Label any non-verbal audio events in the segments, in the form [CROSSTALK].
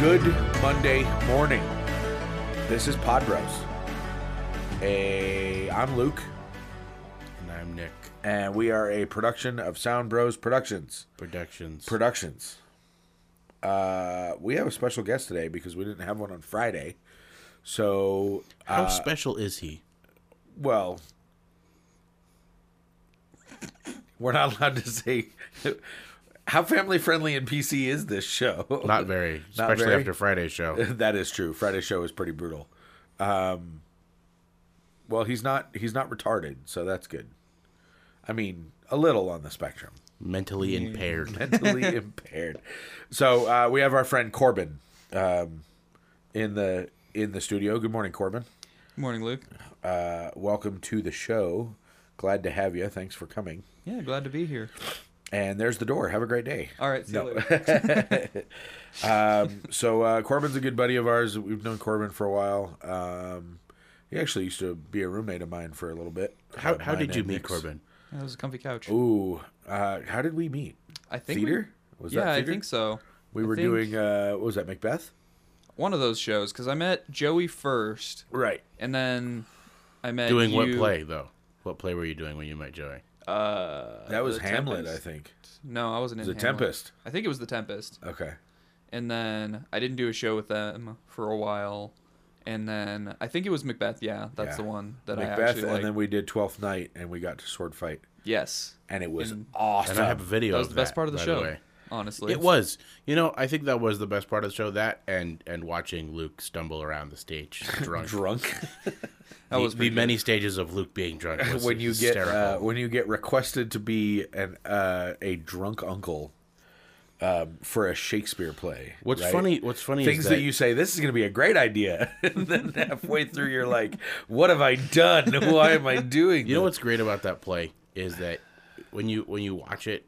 Good Monday morning. This is Pod Bros. A, I'm Luke, And I'm Nick and we are a production of Sound Bros Productions. Productions. Productions. Uh, we have a special guest today because we didn't have one on Friday. So, uh, How special is he? well, we're not allowed to say how family friendly and PC is this show. Not very, Not especially very. after Friday's [LAUGHS] [LAUGHS] show. that is true. Friday's show is pretty brutal. Um, well, he's not he's not retarded, so that's good. I mean, a little on the spectrum, [LAUGHS] Mentally impaired. mentally impaired. So uh, we have our friend Corbin um, in the in the studio. Good morning, Corbin. Morning, Luke. Uh, welcome to the show. Glad to have you. Thanks for coming. Yeah, glad to be here. And there's the door. Have a great day. All right, see No. you [LAUGHS] later. So uh, Corbin's a good buddy of ours. We've known Corbin for a while. Um, he actually used to be a roommate of mine for a little bit. How, Uh, how mine did you and meet Nick's. Corbin? That was a comfy couch. Ooh, uh, how did we meet? I think we- Oh, theater was yeah, that I theater? think so. We I were think doing uh, what was that Macbeth? one of those shows because I met Joey first, Right. and then I met Doing what you- play, though? What play were you doing when you met Joey? Uh, That was The Hamlet, Tempest. I think. No, I wasn't in The Hamlet. Tempest. I think it was the Tempest. Okay. And then I didn't do a show with them for a while, and then I think it was Macbeth. Yeah, that's Yeah. the one that I Macbeth, actually and like. then we did Twelfth Night, and we got to sword fight, yes, and it was And- awesome. And I have a video that was of the best that, part of the by show. way. honestly, It was. You know, I think that was the best part of the show. That and and watching Luke stumble around the [LAUGHS] stage drunk. drunk That The- was the, pretty good. many stages of Luke being [LAUGHS] drunk. Was when you get hysterical. uh, when you get requested to be an uh, a drunk uncle um, for a Shakespeare play. what's right? funny? What's funny Things is that, you say, this is going to be a great idea, [LAUGHS] and then halfway through you're like, "What have I done? Why am I doing?" You know this?" what's great about that play is that when you when you watch it,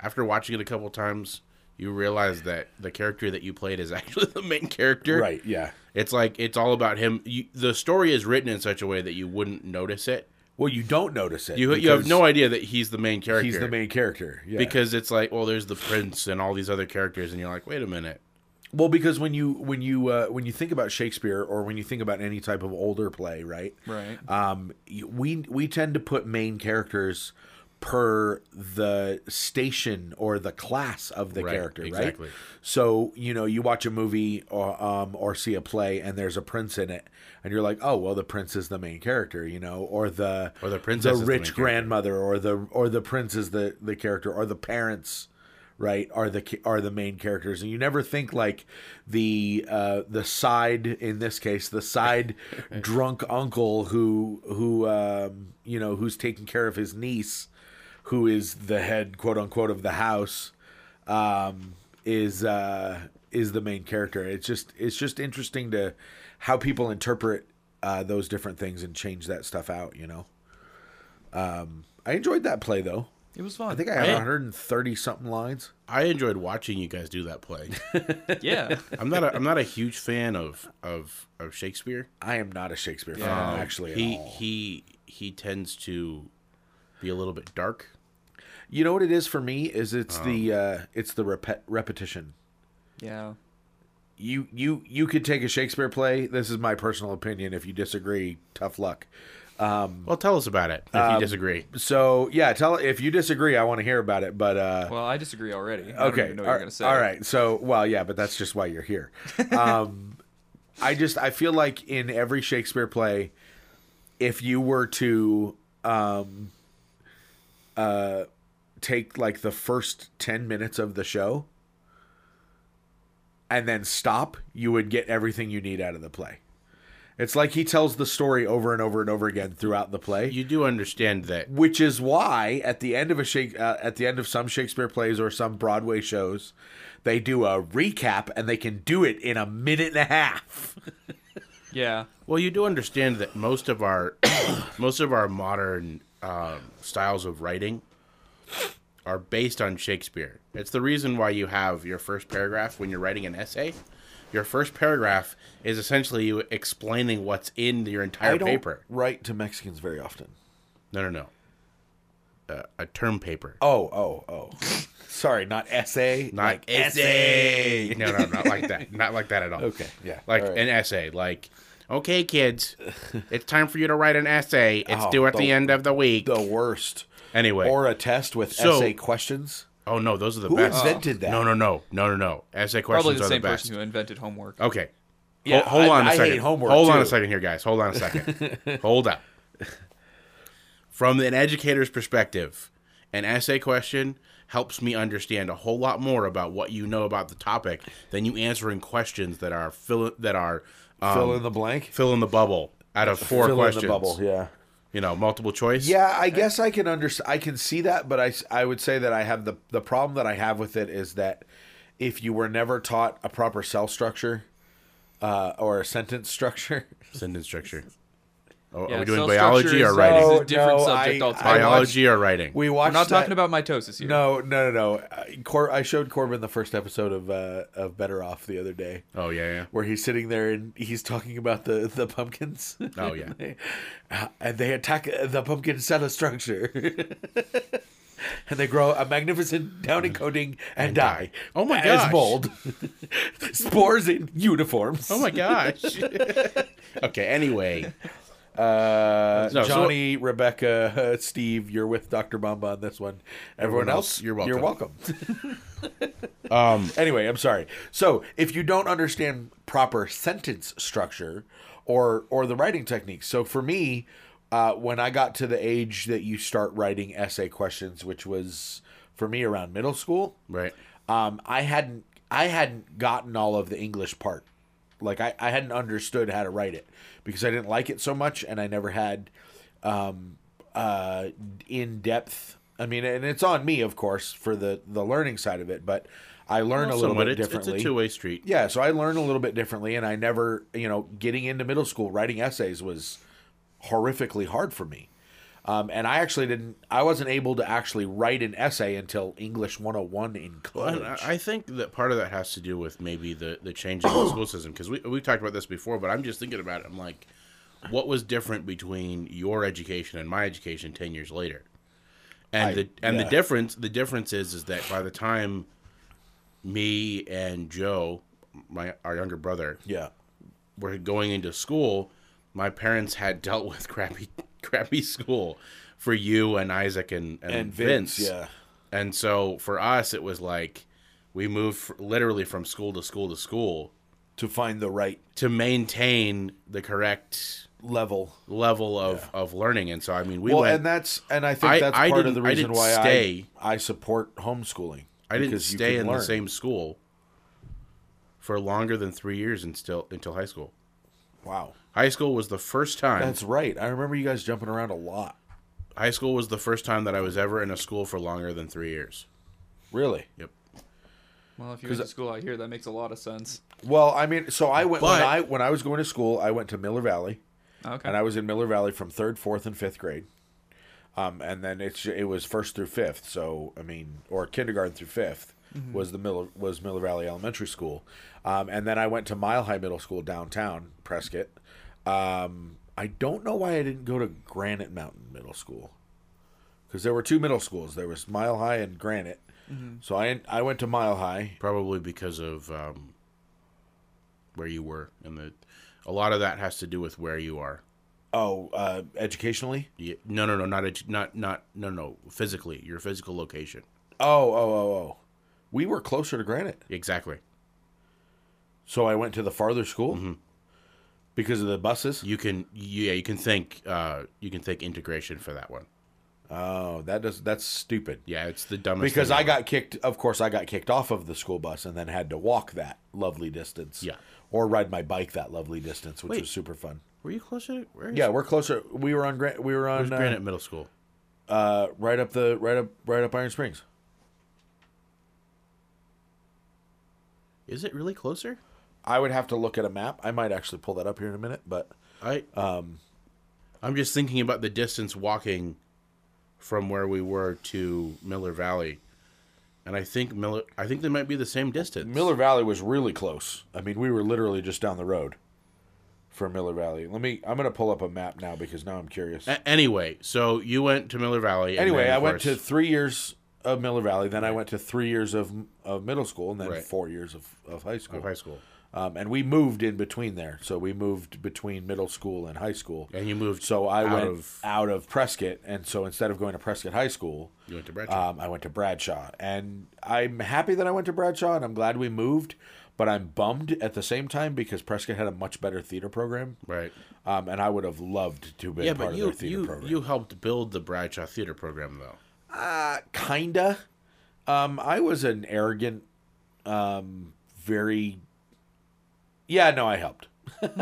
after watching it a couple times, you realize that the character that you played is [LAUGHS] actually the main character. Right? Yeah. It's like it's all about him. You, the story is written in such a way that you wouldn't notice it. Well, you don't notice it. You you have because no idea that he's the main character. He's the main character. Yeah. because it's like well, there's the prince and all these other characters, and you're like, wait a minute. well, because when you when you uh, when you think about Shakespeare or when you think about any type of older play, right? right. Um, y- we we tend to put main characters per the station or the class of the Right, character, exactly. right? So you know, you watch a movie or um or see a play, and there's a prince in it, and you're like, oh well, the prince is the main character, you know, or the Or the princess is the the rich main character. grandmother, or the or the prince is the the character, or the parents. Right are the ca- are the main characters, and you never think like the uh, the side in this case the [LAUGHS] side drunk uncle who who um, you know who's taking care of his niece, who is the head quote unquote of the house um, is uh, is the main character. It's just it's just interesting to how people interpret uh, those different things and change that stuff out. You know, um, I enjoyed that play though. It was fun. I think I had I- 130 something lines. I enjoyed watching you guys do [LAUGHS] that play. yeah. I'm not a, I'm not a huge fan of of of Shakespeare. I am not a Shakespeare fan Um, actually. At he all. he he tends to be a little bit dark. You know what it is for me is it's the Oh. uh, it's the repet- repetition. Yeah. you you you could take a Shakespeare play. This is my personal opinion. If you disagree, tough luck. Well, tell us about it if Um, you disagree. So yeah, tell if you disagree, I want to hear about it. But uh, Well, I disagree already. I don't okay, even know what all- you're gonna say. all right. So well, yeah, but that's just why you're [LAUGHS] here. Um, I just I feel like in every Shakespeare play, if you were to um, uh, take like the first ten minutes of the show and then stop, you would get everything you need out of the play. It's like he tells the story over and over and over again throughout the play. You do understand that which is why at the end of a Shake, uh, at the end of some Shakespeare plays or some Broadway shows, they do a recap and they can do it in a minute and a half. Yeah. Well, you do understand that most of our [COUGHS] most of our modern um, styles of writing are based on Shakespeare. It's the reason why you have your first paragraph when you're writing an essay. Your first paragraph is essentially you explaining what's in your entire paper. write to Mexicans very often. No, no, no. Uh, a term paper. Oh, oh, oh. Sorry, not essay. not like essay. No, no, not [LAUGHS] like that. Not like that at all. Okay, yeah, Like all right. an essay. Like, [LAUGHS] okay, kids, it's time for you to write an essay. It's Oh, due at the, the- end of the week. the worst. anyway. Or a test with So- essay questions. oh no, those are the Who best. invented that? No, no, no, no, no, no. Essay questions Probably the are same the best. person who invented Oh, homework. Okay. Yeah, Ho- hold I- on I a hate second. homework, hold on too. a second here, guys. Hold on a [LAUGHS] second. hold up. From an educator's perspective, an essay question helps me understand a whole lot more about what you know about the topic than you answering questions that are fill that are um, Fill in the blank. fill in the bubble out of four Fill questions. in the bubble. Yeah. You know, multiple choice. Yeah, I guess I can understand. I can see that, but I, s- I would say that I have the the problem that I have with it is that if you were never taught a proper cell structure uh, or a sentence structure, [LAUGHS] Sentence structure. Oh, are Yeah, we doing cell biology structure or is- uh, writing? is a different subject altogether. watched- biology or writing? we We're watched. not talking that- about mitosis here. No, no, no, no. I- Cor- I showed Corbin the first episode of uh, of Better Off the other day, oh yeah, yeah. where he's sitting there and he's talking about the the pumpkins. [LAUGHS] Oh, [LAUGHS] yeah. and they attack the pumpkin cell structure. [LAUGHS] And they grow a magnificent downy coating and, die. Oh my As gosh. mold, [LAUGHS] spores in uniforms. Oh my gosh. [LAUGHS] okay, anyway. Uh, No, so- Johnny, Rebecca, uh, Steve, you're with Doctor Bamba on this one. Everyone, Everyone else, else, you're You're welcome. welcome. um. Anyway, I'm sorry. So if you don't understand proper sentence structure or or the writing techniques, so for me, uh, when I got to the age that you start writing essay questions, which was for me around middle school, Right. um, I hadn't I hadn't gotten all of the English part. Like I, I hadn't understood how to write it because I didn't like it so much and I never had um, uh, in depth. I mean, and it's on me, of course, for the the learning side of it. But I learn a little Somewhat. bit It's, it's differently. a two way street. yeah, so I learn a little bit differently, and I never, you know, getting into middle school writing essays was horrifically hard for me. Um, and I actually didn't. I wasn't able to actually write an essay until English 101 in college. And I I think that part of that has to do with maybe the, the change in [CLEARS THROAT] the school system because we we talked about this before, but I'm just thinking about it. I'm like, what was different between your education and my education ten years later? And I- the and yeah. the difference the difference is is that by the time me and Joe, my our younger brother, Yeah. were going into school, my parents had dealt with crappy [LAUGHS] crappy school for you and Isaac and and, Vince. Yeah. And so for us, it was like we moved f- literally from school to school to school To find the right to maintain the correct level. level of, of learning. And so I mean, we well, went. and that's and I think I- that's I part of the didn't- I reason didn't why stay. I I support homeschooling. I didn't because you stay can in learn. the same school for longer than three years and still until high school. Wow. High school was the first time. That's right. I remember you guys jumping around a lot. high school was the first time that I was ever in a school for longer than three years. Really? Yep. Well, if you went to school out here, that makes a lot of sense. Well, I mean, so I went when But- I when I was going to school, I went to Miller Valley. Okay. and I was in Miller Valley from third, fourth, and fifth grade. Um, and then it's it was first through fifth, so I mean, or kindergarten through 5th was the Miller was Miller Valley Elementary School, um, and then I went to Mile High Middle School downtown Prescott. Um, I don't know why I didn't go to Granite Mountain Middle School because there were two middle schools. There was Mile High and Granite, so I I went to Mile High. probably because of um, where you were and the a lot of that has to do with where you are Oh, uh, educationally. you, no no no not edu- not not no no physically your physical location Oh, oh, oh, oh. We were closer to Granite. exactly So I went to the farther school Mm-hmm. because of the buses. you can yeah you can think uh you can think integration for that one Oh, that does that's stupid. yeah it's the dumbest Because thing I ever. got kicked. Of course, I got kicked off of the school bus and then had to walk that lovely distance. Yeah. Or ride my bike that lovely distance, which Wait. was super fun. Were you closer? to- Where is Yeah, we're closer. We were on Grant. We were Where's on Granite uh, Middle School? uh, right up the right up right up Iron Springs. Is it really closer? I would have to look at a map. I might actually pull that up here in a minute, but I um, I'm just thinking about the distance walking from where we were to Miller Valley, and I think Miller. I think they might be the same distance. Miller Valley was really close. I mean, we were literally just down the road for Miller Valley. Let me. I'm gonna pull up a map now because now I'm curious. A- anyway, so you went to Miller Valley. and anyway, then, I of went to course- three years of Miller Valley, then I went to three years of of middle school, and then Right. four years of, of high school. of high school, Um, and we moved in between there, so we moved between middle school and high school. and you moved. So I out went of out of Prescott, and so instead of going to Prescott High School, you went to Bradshaw. um, I went to Bradshaw, and I'm happy that I went to Bradshaw, and I'm glad we moved. But I'm bummed at the same time because Prescott had a much better theater program, right. um, and I would have loved to have been Yeah, part but of you their theater you program. you helped build the Bradshaw theater program though. Uh, kinda. Um, I was an arrogant, um, very. Yeah, no, I helped. [LAUGHS]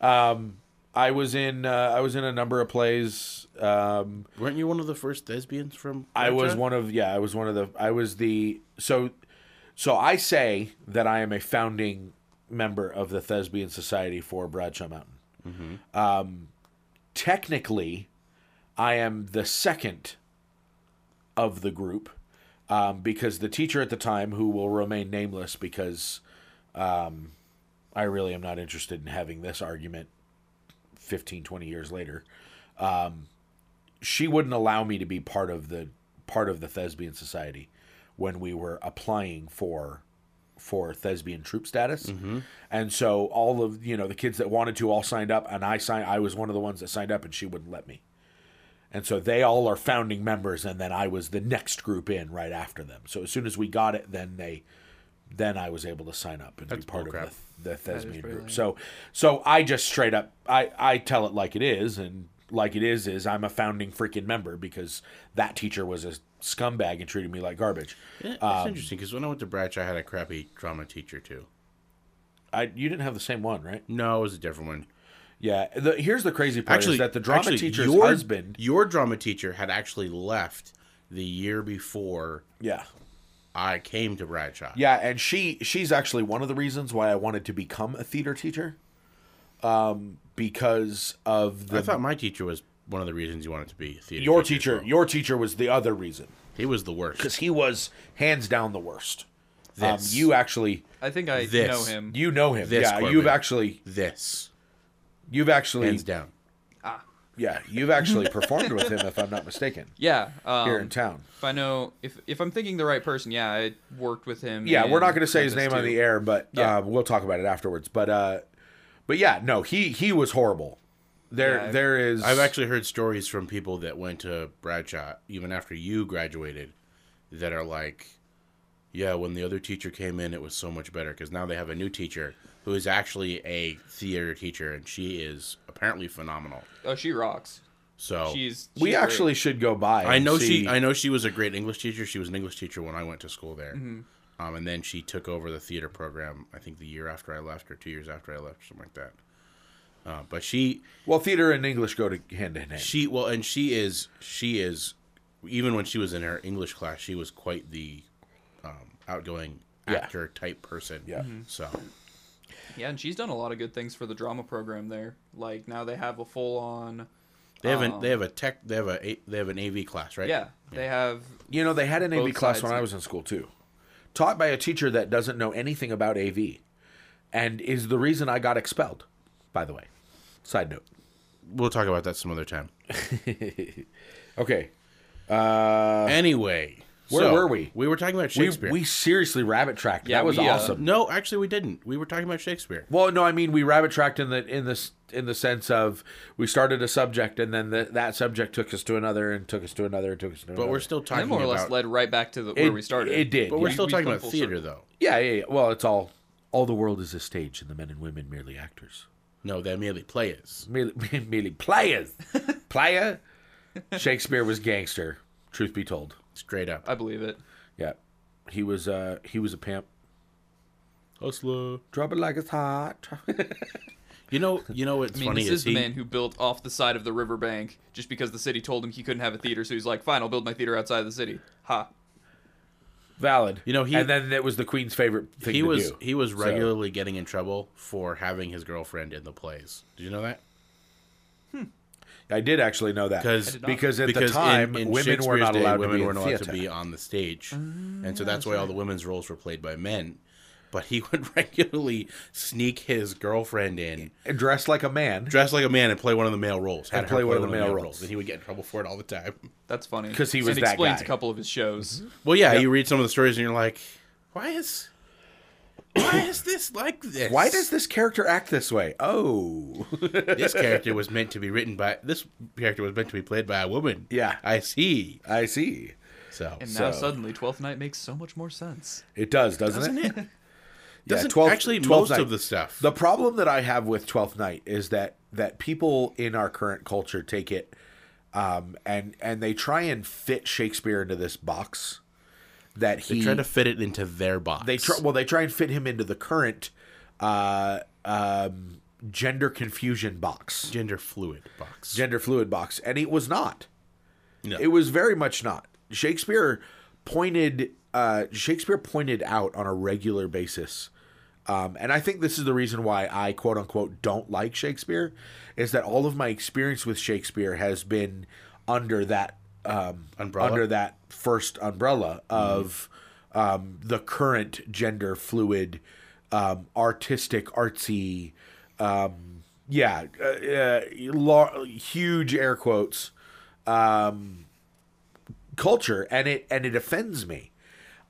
um, I was in. Uh, I was in a number of plays. Um, Weren't you one of the first lesbians from? I was Bradshaw? one of. Yeah, I was one of the. I was the. So, so I say that I am a founding member of the Thespian Society for Bradshaw Mountain. Um, technically, I am the second of the group um, because the teacher at the time, who will remain nameless because um, I really am not interested in having this argument 15, 20 years later, um, she wouldn't allow me to be part of the part of the Thespian Society when we were applying for for thespian troop status and so all of you know the kids that wanted to all signed up and i signed i was one of the ones that signed up and she wouldn't let me and so they all are founding members, and then I was the next group in right after them. So as soon as we got it, then they, then I was able to sign up and That's be part bullcrap. of the, the Thesmian pretty group. lame. So, so I just straight up, I I tell it like it is, and like it is is I'm a founding freaking member because that teacher was a scumbag and treated me like garbage. Yeah, that's um, interesting because when I went to Bradshaw, I had a crappy drama teacher too. I you didn't have the same one, right? No, it was a different one. Yeah. The, here's the crazy part actually is that the drama actually, teacher's your, husband. your drama teacher had actually left the year before Yeah. i came to bradshaw Yeah, and she she's actually one of the reasons why I wanted to become a theater teacher. Um, because of i the thought my teacher was one of the reasons you wanted to be a theater your as teacher, well. your teacher was the other reason he was the worst because he was hands down the worst. Um, This. you actually I think I This. know him. you know him. This yeah, Corbin. you've actually this you've actually hands down yeah you've actually performed with him if I'm not mistaken yeah. Um, here in town. If I know, if if I'm thinking the right person, yeah, I worked with him. Yeah, we're in not going to say his Tempest name on too. the air, but Yeah. uh, we'll talk about it afterwards. But uh, but yeah, no, he he was horrible. There Yeah, I've- there is i've actually heard stories from people that went to bradshaw even after you graduated that are like yeah when the other teacher came in it was so much better because now they have a new teacher who is actually a theater teacher and she is apparently phenomenal Oh, she rocks. so She's. she's Oh, we great. actually should go by. I and know see- she. I know she was a great English teacher. She was an English teacher when I went to school there, um, and then she took over the theater program. I think the year after I left, or two years after I left, something like that. Uh, but she, well, theater and English go to hand in hand. she, well, and she is, she is, even when she was in her English class, she was quite the um, outgoing actor type person. Yeah. Mm-hmm. So Yeah, and she's done a lot of good things for the drama program there. Like now they have a full on. they have an, they have a tech they have a A- they have an AV class right? Oh. Yeah, they have. You know, they had an AV Both class sides when I of- was in school too, taught by a teacher that doesn't know anything about AV, and is the reason I got expelled. By the way, side note. We'll talk about that some other time. Okay, anyway, Uh, Where so, were we? We were talking about we, Shakespeare. we seriously rabbit tracked. Yeah, that was we, uh, awesome. No, actually, we didn't. We were talking about Shakespeare. Well, no, I mean we rabbit tracked in the in this in the sense of we started a subject and then the, that subject took us to another and took us to another and took us to another. But we're still They talking more or less about. led right back to the, it, where we started. It did. but we're yeah. still we've talking come about full theater, circle. though. yeah, yeah, yeah. Well, it's all all the world is a stage and the men and women merely actors. No, they're merely players. merely, [LAUGHS] merely [LAUGHS] players. Player. Shakespeare was gangster. Truth be told, Straight up. I believe it. yeah, he was. Uh, he was a pimp. Hustler. Drop it like it's hot. You know, you know what's I mean, funny this is the he, man who built off the side of the riverbank just because the city told him he couldn't have a theater, so he's like, "Fine, I'll build my theater outside of the city." Ha! [LAUGHS] Valid. You know, he- and then it was the queen's favorite thing he to was do. he was regularly getting in trouble for having his girlfriend in the plays. Did you know that? I did actually know that 'Cause- I did not. because at because the time in, in women were Shakespeare's not day, allowed women to be were in not allowed theater. to be on the stage, and so that's why all the women's roles were played by men. But he [LAUGHS] would regularly sneak his girlfriend in, And dressed like a man dress like a man, and play one of the male roles. Had And her play one of the male roles. and he would get in trouble for it all [LAUGHS] the time. That's funny. 'Cause he was and that explains guy. Mm-hmm. a couple of his shows. Well, yeah, you read some of the stories, and you're like, why is why is this like this? why does this character act this way oh [LAUGHS] this character was meant to be written by this character was meant to be played by a woman? Yeah. I see. i see So And now So- suddenly, Twelfth Night makes so much more sense. it does doesn't, doesn't it it? Doesn't 12th actually 12th most night. of the stuff. [LAUGHS] The problem that I have with Twelfth Night is that that people in our current culture take it, um, and and they try and fit Shakespeare into this box that he They try to fit it into their box. they try well they try and fit him into the current uh, um, gender confusion box, gender fluid box. gender fluid box, and it was not. No. It was very much not. Shakespeare pointed uh, Shakespeare pointed out on a regular basis, um, and I think this is the reason why I quote unquote don't like Shakespeare, is that all of my experience with Shakespeare has been under that um, Umbrella? under that first umbrella of um, the current gender fluid, um, artistic, artsy, um, yeah, uh, uh, lar- huge air quotes um, culture and it and it offends me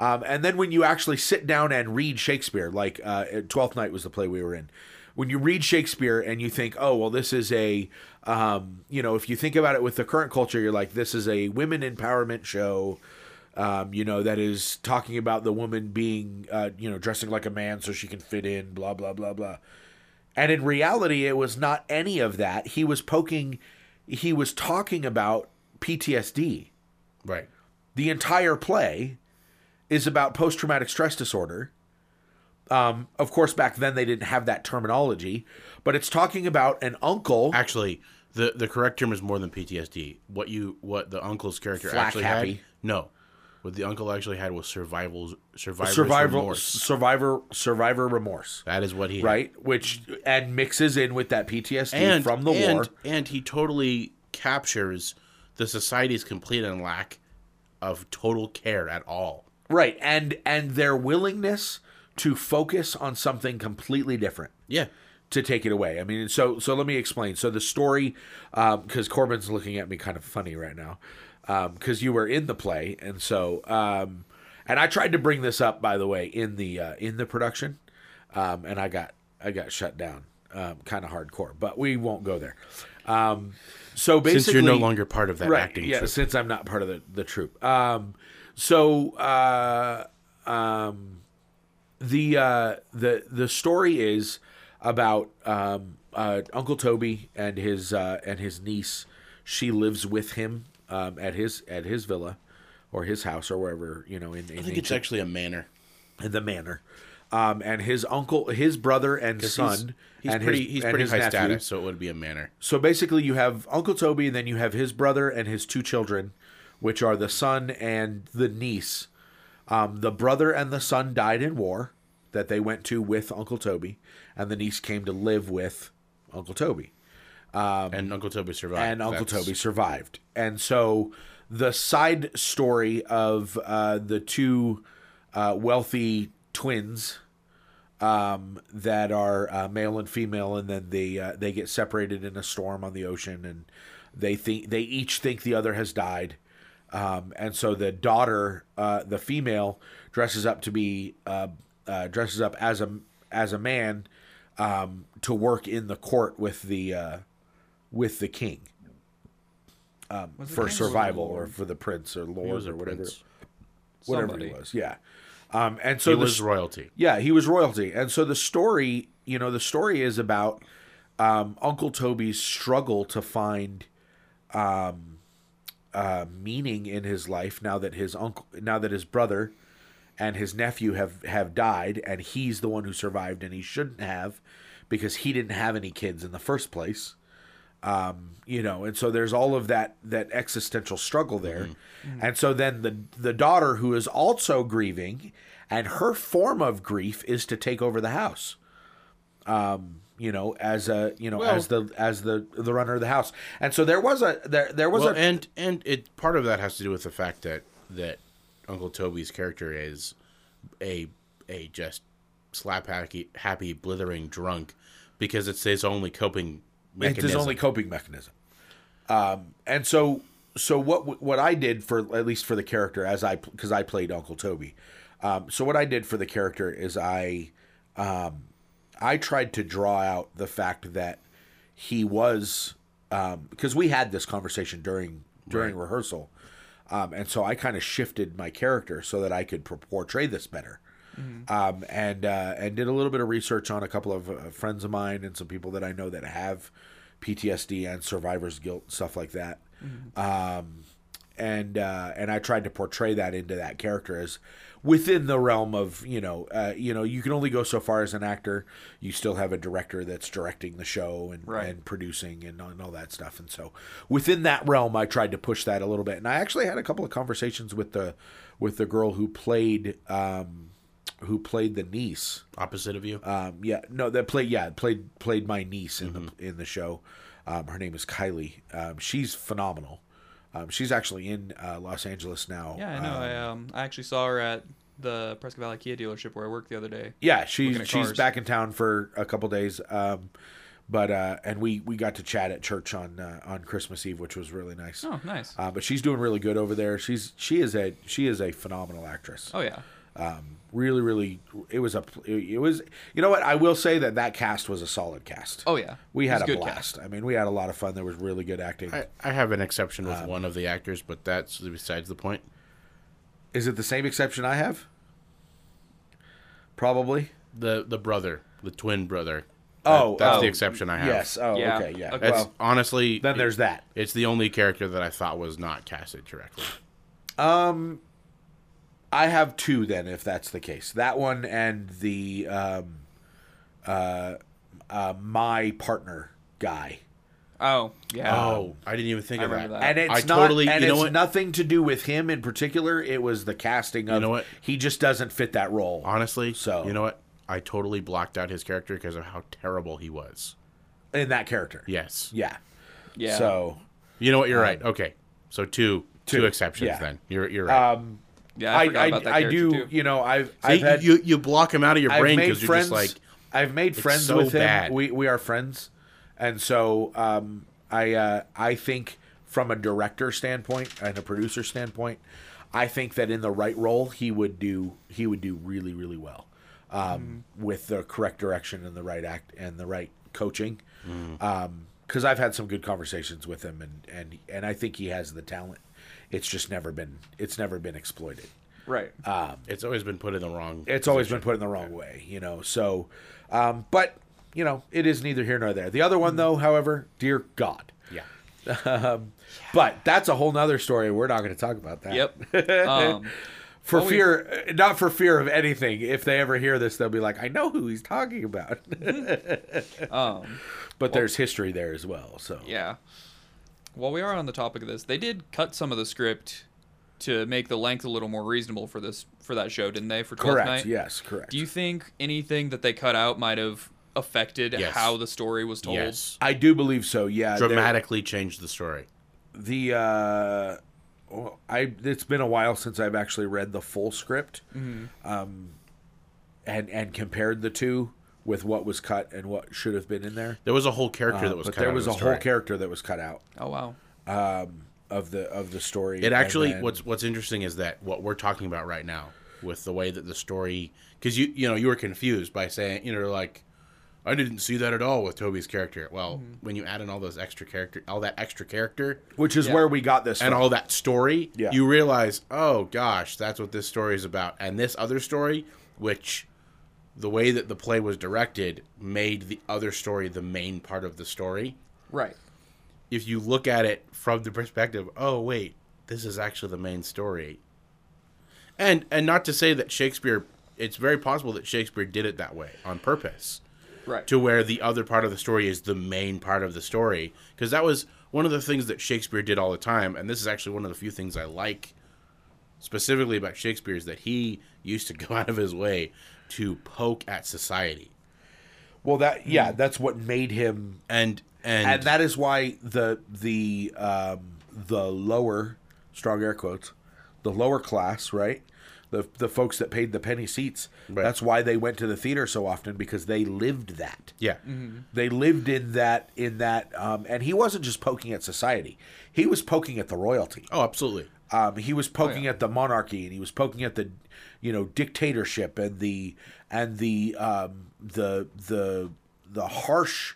um, and then when you actually sit down and read shakespeare like uh, twelfth night was the play we were in when you read shakespeare and you think oh well this is a um, you know if you think about it with the current culture you're like this is a women empowerment show um, you know that is talking about the woman being uh, you know dressing like a man so she can fit in blah blah blah blah and in reality, it was not any of that. He was poking, he was talking about PTSD. right. The entire play is about post traumatic stress disorder. Um, of course, back then they didn't have that terminology, but it's talking about an uncle. Actually, the the correct term is more than PTSD. What you what the uncle's character Flack actually had? happy. No, what the uncle actually had was survival survivor's Survival, remorse. survivor, survivor remorse, That is what he had. right? Which and mixes in with that PTSD and from the and, war. and he totally captures the society's complete and lack of total care at all. right and and their willingness to focus on something completely different Yeah, to take it away i mean so so let me explain so the story because corbin's looking at me kind of funny right now because you were in the play and so um and i tried to bring this up by the way in the uh, in the production um and i got i got shut down um kind of hardcore but we won't go there um so basically since you're no longer part of that right, acting yeah, troupe. since I'm not part of the, the troop. Um, so uh, um, the uh, the the story is about um, uh, Uncle Toby and his uh, and his niece. She lives with him um, at his at his villa or his house or wherever you know in, in, I think it's ancient- actually a manor. in the manor. Um, and his uncle, his brother, and son. He's and pretty. his, he's and pretty his high nephew. status, so it would be a manor. So basically, you have Uncle Toby, and then you have his brother and his two children, which are the son and the niece. Um, the brother and the son died in war that they went to with Uncle Toby, and the niece came to live with Uncle Toby. Um, and Uncle Toby survived. And Uncle That's- Toby survived. And so the side story of uh, the two uh, wealthy twins um, that are uh, male and female, and then they uh, they get separated in a storm on the ocean, and they think they each think the other has died. Um, and so the daughter, uh, the female, dresses up to be uh, uh, dresses up as a as a man um, to work in the court with the uh, with the king Was it for King or survival Lord? or for the prince or He lord was a or whatever prince. whatever Somebody. it was. Yeah. Um, and so He the was s- royalty. yeah, he was royalty. And so the story, you know, the story is about um, Uncle Toby's struggle to find um, uh, meaning in his life now that his uncle, now that his brother and his nephew have have died, and he's the one who survived, and he shouldn't have because he didn't have any kids in the first place. Um, you know, and so there's all of that that existential struggle there. Mm. And so then the the daughter who is also grieving and her form of grief is to take over the house. Um, you know, as a you know, Well- as the as the the runner of the house. And so there was a there there was Well, a and and it part of that has to do with the fact that that Uncle Toby's character is a a just slap happy, happy blithering drunk because it's his only coping mechanism. It's his only coping mechanism. Um, and so, so what what I did for at least for the character as I because I played Uncle Toby. Um, so what I did for the character is I, um, I tried to draw out the fact that he was um, because we had this conversation during during rehearsal, um, and so I kind of shifted my character so that I could pro- portray this better um, and uh, and did a little bit of research on a couple of uh, friends of mine and some people that I know that have PTSD and survivor's guilt stuff like that. Um, and uh, and I tried to portray that into that character as within the realm of you know uh, you know you can only go so far as an actor. You still have a director that's directing the show and Right. and producing and, all- and all that stuff. And so within that realm, I tried to push that a little bit. And I actually had a couple of conversations with the with the girl who played um, who played the niece. opposite of you. Um, yeah, no, that played yeah played played my niece in Mm-hmm. the in the show. Um, her name is Kylie. Um, she's phenomenal. Um, she's actually in uh, Los Angeles now. Yeah, I know. Um, I um, I actually saw her at the Prescott Valley Kia dealership where I worked the other day. yeah, Looking she's at she's cars. back in town for a couple days. Um, but uh, and we we got to chat at church on uh, on Christmas Eve, which was really nice. Oh, nice. Uh, but she's doing really good over there. She's she is a she is a phenomenal actress. Oh yeah. Um, really, really, it was a it was you know what I will say that that cast was a solid cast. Oh yeah. we He's had a good blast. I mean, we had a lot of fun. There was really good acting. I, I have an exception with one of the actors, but that's besides the point. Is it the same exception I have? Probably. The the brother, the twin brother. Oh, That- that's oh, the exception I have. Yes. Oh, Yeah. okay. Yeah. Okay. That's Well, honestly then there's that. it's the only character that I thought was not casted directly. I have two then, if that's the case. That one and the um, uh, uh, my partner guy. Oh yeah. Oh, I didn't even think I of that. remember that. And it's Uh, I not, totally- and you know it's what? nothing to do with him in particular. It was the casting of. know what? He just doesn't fit that role. Honestly, So- you know what? I totally blocked out his character because of how terrible he was. in that character. Yes. Yeah. yeah. So You know what? You're right. Okay. So two two, Uh, two, exceptions yeah. then. You're you're right. um, yeah. I, I forgot I, about that I character, do Too. you know I've See, I've had you you block him out of your I've brain made because you're friends just like I've made friends so with him. bad. We we are friends, and so um, I uh, I think from a director standpoint and a producer standpoint, I think that in the right role he would do he would do really really well um, Mm-hmm. with the correct direction and the right act and the right coaching. Mm. because I've had some good conversations with him, and, and and I think he has the talent. It's just never been it's never been exploited Right. uh, it's always been put in the wrong. it's always been put in the wrong way, you know. So, um, but you know, it is neither here nor there. The other Mm-hmm. one, though, however, dear God, yeah. but that's a whole nother story. We're not going to talk about that. [LAUGHS] yep. Um, For Well, we- fear, uh, not for fear of anything. If they ever hear this, they'll be like, "I know who he's talking about." [LAUGHS] um, but there's history there as well. So yeah. While we are on the topic of this, they did cut some of the script to make the length a little more reasonable for this for that show, didn't they? For 12th correct. night. Yes, correct. Do you think anything that they cut out might have affected Yes. how the story was told? Yes. I do believe so. Yeah, uh, there- Dramatically changed the story. the uh well, I it's been a while since I've actually read the full script, um, and and compared the two with what was cut and what should have been in there. There was a whole character Uh, that was but cut there out was a of the story. whole character that was cut out Oh wow. of the of the story. It and actually then- what's what's interesting is that what we're talking about right now with the way that the story because you you know you were confused by saying you know like I didn't see that at all with Toby's character. Well, Mm-hmm. when you add in all those extra character, all that extra character which is yeah. where we got this. and from. all that story, Yeah. you realize, oh gosh, that's what this story is about. And this other story, which the way that the play was directed made the other story the main part of the story. Right. If you look at it from the perspective, oh wait, this is actually the main story. And and not to say that Shakespeare it's very possible that Shakespeare did it that way on purpose. Right. to where the other part of the story is the main part of the story because that was one of the things that Shakespeare did all the time and this is actually one of the few things I like specifically about Shakespeare is that he used to [LAUGHS] go out of his way to poke at society Well, that Mm. yeah, that's what made him, and and, and that is why the the um, the lower strong air quotes, the lower class, right? The the folks that paid the penny seats. Right. That's why they went to the theater so often because they lived that. yeah They lived in that in that, um, and he wasn't just poking at society. He was poking at the royalty. oh absolutely Um, he was poking at the monarchy, and he was poking at the, you know, dictatorship and the and the um, the the the harsh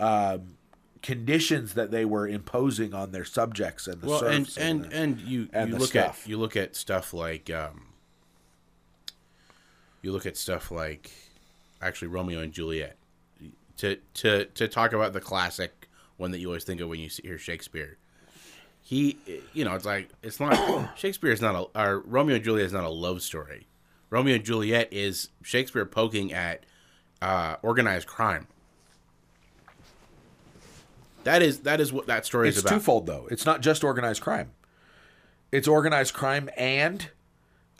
um, conditions that they were imposing on their subjects and the well and serfs. and and you and you the look stuff. at you look at stuff like um you look at stuff like actually romeo and juliet to to to talk about the classic one that you always think of when you see- hear shakespeare he you know it's like it's not [COUGHS] shakespeare is not a or romeo and juliet is not a love story romeo and juliet is shakespeare poking at uh organized crime that is that is what that story it's is about twofold though. It's not just organized crime. It's organized crime and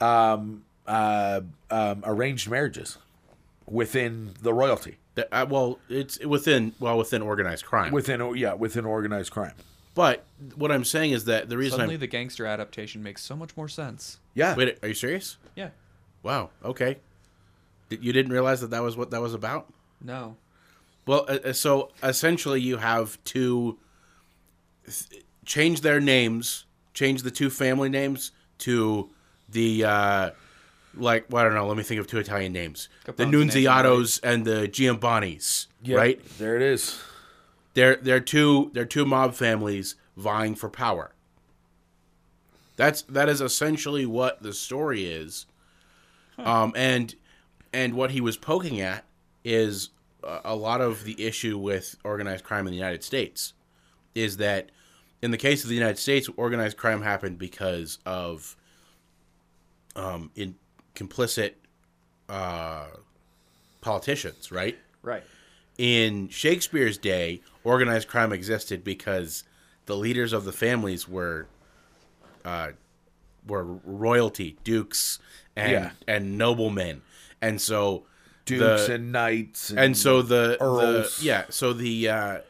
um, uh, um, arranged marriages within the royalty. The, uh, well, it's within well within organized crime. Within yeah, within organized crime. but what I'm saying is that the reason Suddenly, I'm the gangster adaptation makes so much more sense. Yeah. wait, are you serious? Yeah. Wow. Okay. Did- You didn't realize that that was what that was about. No. Well, uh, uh, so essentially, you have to th- change their names, change the two family names to the uh, like. Well, I don't know. Let me think of two Italian names: the Capone's name's not Nunziatos and the Giambanis. Yeah, Right? there it is. They're they're two they're two mob families vying for power. That's that is essentially what the story is, um, and and what he was poking at is a, a lot of the issue with organized crime in the United States, is that in the case of the United States, organized crime happened because of um, in complicit uh, politicians, right? Right. in Shakespeare's day, organized crime existed because the leaders of the families were uh, were royalty, dukes, and Yeah. and noblemen, and so dukes the- and knights and so the, the- earls. yeah, so the uh,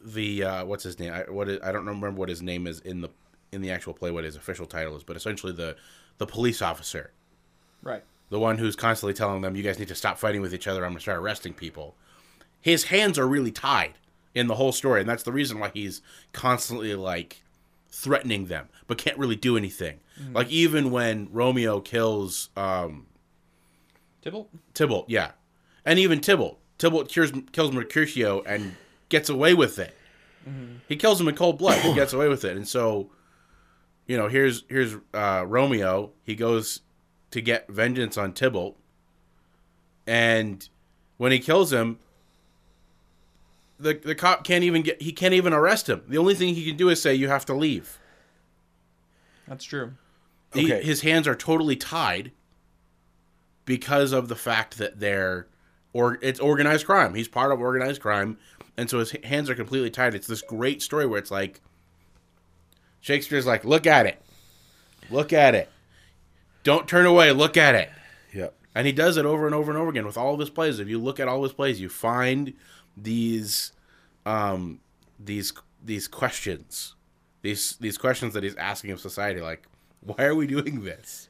the uh, what's his name? I, what is, I don't remember what his name is in the in the actual play, what his official title is, but essentially the the police officer Right. the one who's constantly telling them, "You guys need to stop fighting with each other. I'm going to start arresting people." His hands are really tied in the whole story, and that's the reason why he's constantly like threatening them, but can't really do anything. Like even when Romeo kills um, Tybalt. Tybalt, yeah, and even Tybalt, Tybalt cures, kills Mercutio and gets away with it. He kills him in cold blood. He gets away with it, and so, you know, here's here's uh, Romeo. He goes to get vengeance on Tybalt, and when he kills him, the the cop can't even get. He can't even arrest him. The only thing he can do is say, "You have to leave." That's true. He- Okay. his hands are totally tied because of the fact that they're or it's organized crime. He's part of organized crime, and so his h- hands are completely tied. It's this great story where it's like Shakespeare's like, "Look at it, look at it, don't turn away, look at it," yep and he does it over and over and over again with all of his plays. If you look at all his plays, you find these um these these questions these these questions that he's asking of society like why are we doing this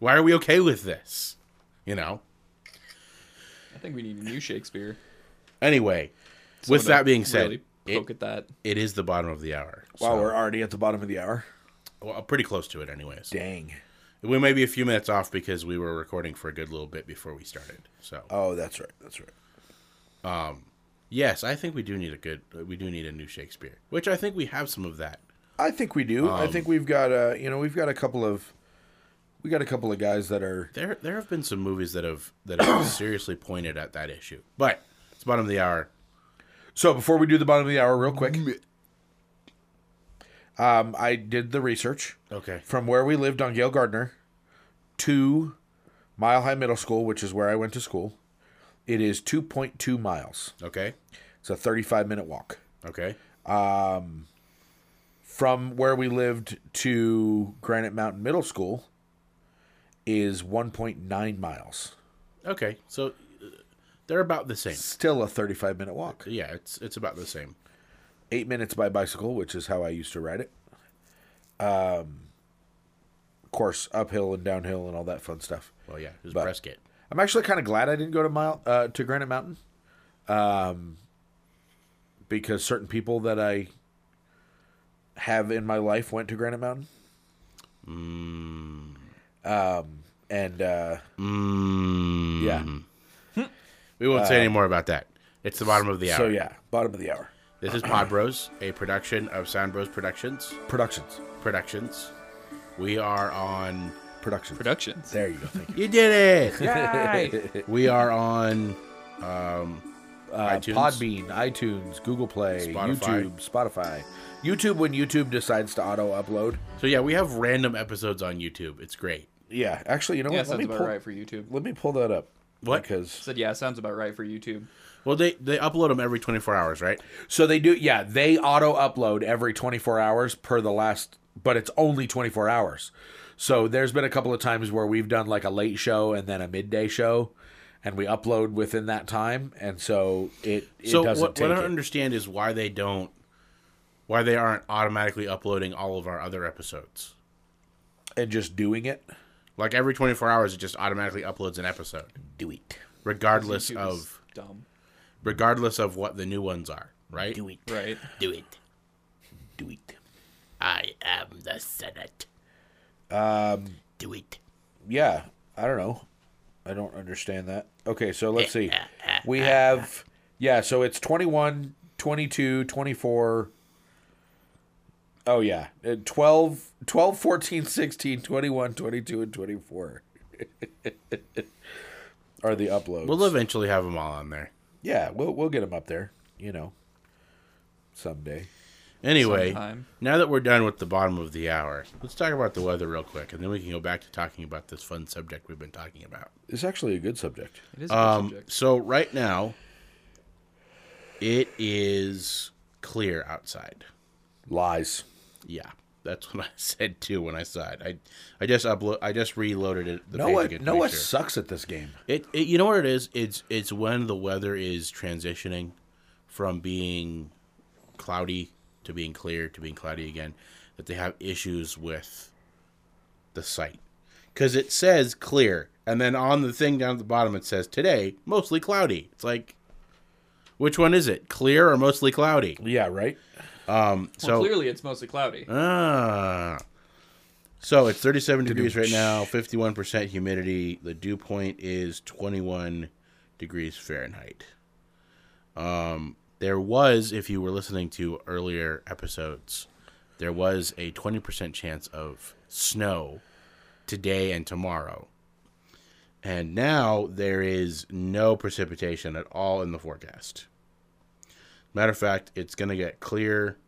why are we okay with this you know I think we need a new Shakespeare. anyway with Someone that to being said really poke it, at that. it is the bottom of the hour wow so- we're already at the bottom of the hour well, pretty close to it anyways dang we may be a few minutes off because we were recording for a good little bit before we started so oh that's right that's right yes i think we do need a good we do need a new shakespeare which i think we have some of that i think we do i think we've got uh you know we've got a couple of we got a couple of guys that are There, there have been some movies that have [COUGHS] that have seriously pointed at that issue. But it's bottom of the hour. so before we do the bottom of the hour real quick um i did the research Okay. from where we lived on Gale Gardner to Mile High Middle School, which is where I went to school, It is 2.2 miles. Okay. It's a 35 minute walk Okay. from where we lived to Granite Mountain Middle School. Is 1.9 miles. Okay. So uh, they're about the same. Still a 35 minute walk. Yeah, it's it's about the same. Eight minutes by bicycle, which is how I used to ride it. Um, of course, uphill and downhill and all that fun stuff. Well, yeah, it's But- Prescott. I'm actually kind of glad I didn't go to mile uh, to Granite Mountain, um, because certain people that I have in my life went to Granite Mountain. Mm. Um, and uh, yeah, Mm, Mm. We won't say any more about that. It's the bottom of the hour. Uh, so yeah, bottom of the hour This is Pod Bros, a production of Sound Bros Productions. productions, Productions. We are on. productions, Productions. There you go. Thank you. You did [LAUGHS] it! [LAUGHS] we are on Uh, iTunes. Podbean, iTunes, Google Play, Spotify. YouTube, Spotify, YouTube. When YouTube decides to auto upload, So yeah, we have random episodes on YouTube. It's great. yeah. Actually, you know Yeah, what? Let sounds me about pull. right for YouTube. Let me pull that up. What? Because Said yeah, sounds about right for YouTube. Well, they they upload them every 24 hours, right? So they do, yeah, they auto upload every 24 hours per the last, but it's only 24 hours. So there's been a couple of times where we've done like a late show and then a midday show, and we upload within that time, and so it, it so doesn't what, take what I don't it. understand is why they don't, why they aren't automatically uploading all of our other episodes. and just doing it. Like every 24 hours, it just automatically uploads an episode, Do it. regardless YouTube is of dumb, regardless of what the new ones are, right? Do it. right? Do it. Do it. I am the Senate. Um. Do it. Yeah, I don't know. I don't understand that. Okay, so let's see. We have, yeah, so it's 21, 22, 24. Oh, yeah. uh, 12, 12 14, 16, 21, 22, and 24 [LAUGHS] are the uploads. We'll eventually have them all on there. yeah, we'll, we'll get them up there, you know, someday. Anyway, Sometime. now that we're done with the bottom of the hour, let's talk about the weather real quick, and then we can go back to talking about this fun subject we've been talking about. It's actually a good subject. It is a good Um, subject. so right now, it is clear outside. Lies. Yeah, that's [LAUGHS] what I said too when I saw it. I, I just upload. I just reloaded it. The No page one, again to no make one sure. sucks at this game. It, it you know what it is? It's it's when the weather is transitioning from being cloudy to being clear to being cloudy again that they have issues with the site. Cuz it says clear and then on the thing down at the bottom it says today mostly cloudy. It's like which one is it? Clear or mostly cloudy? Yeah, right? so Clearly, it's mostly cloudy. Ah. So it's 37 degrees right now, 51% humidity. The dew point is 21 degrees Fahrenheit. Um, there was, if you were listening to earlier episodes, there was a 20% chance of snow today and tomorrow. And now there is no precipitation at all in the forecast. Matter of fact, it's going to get clear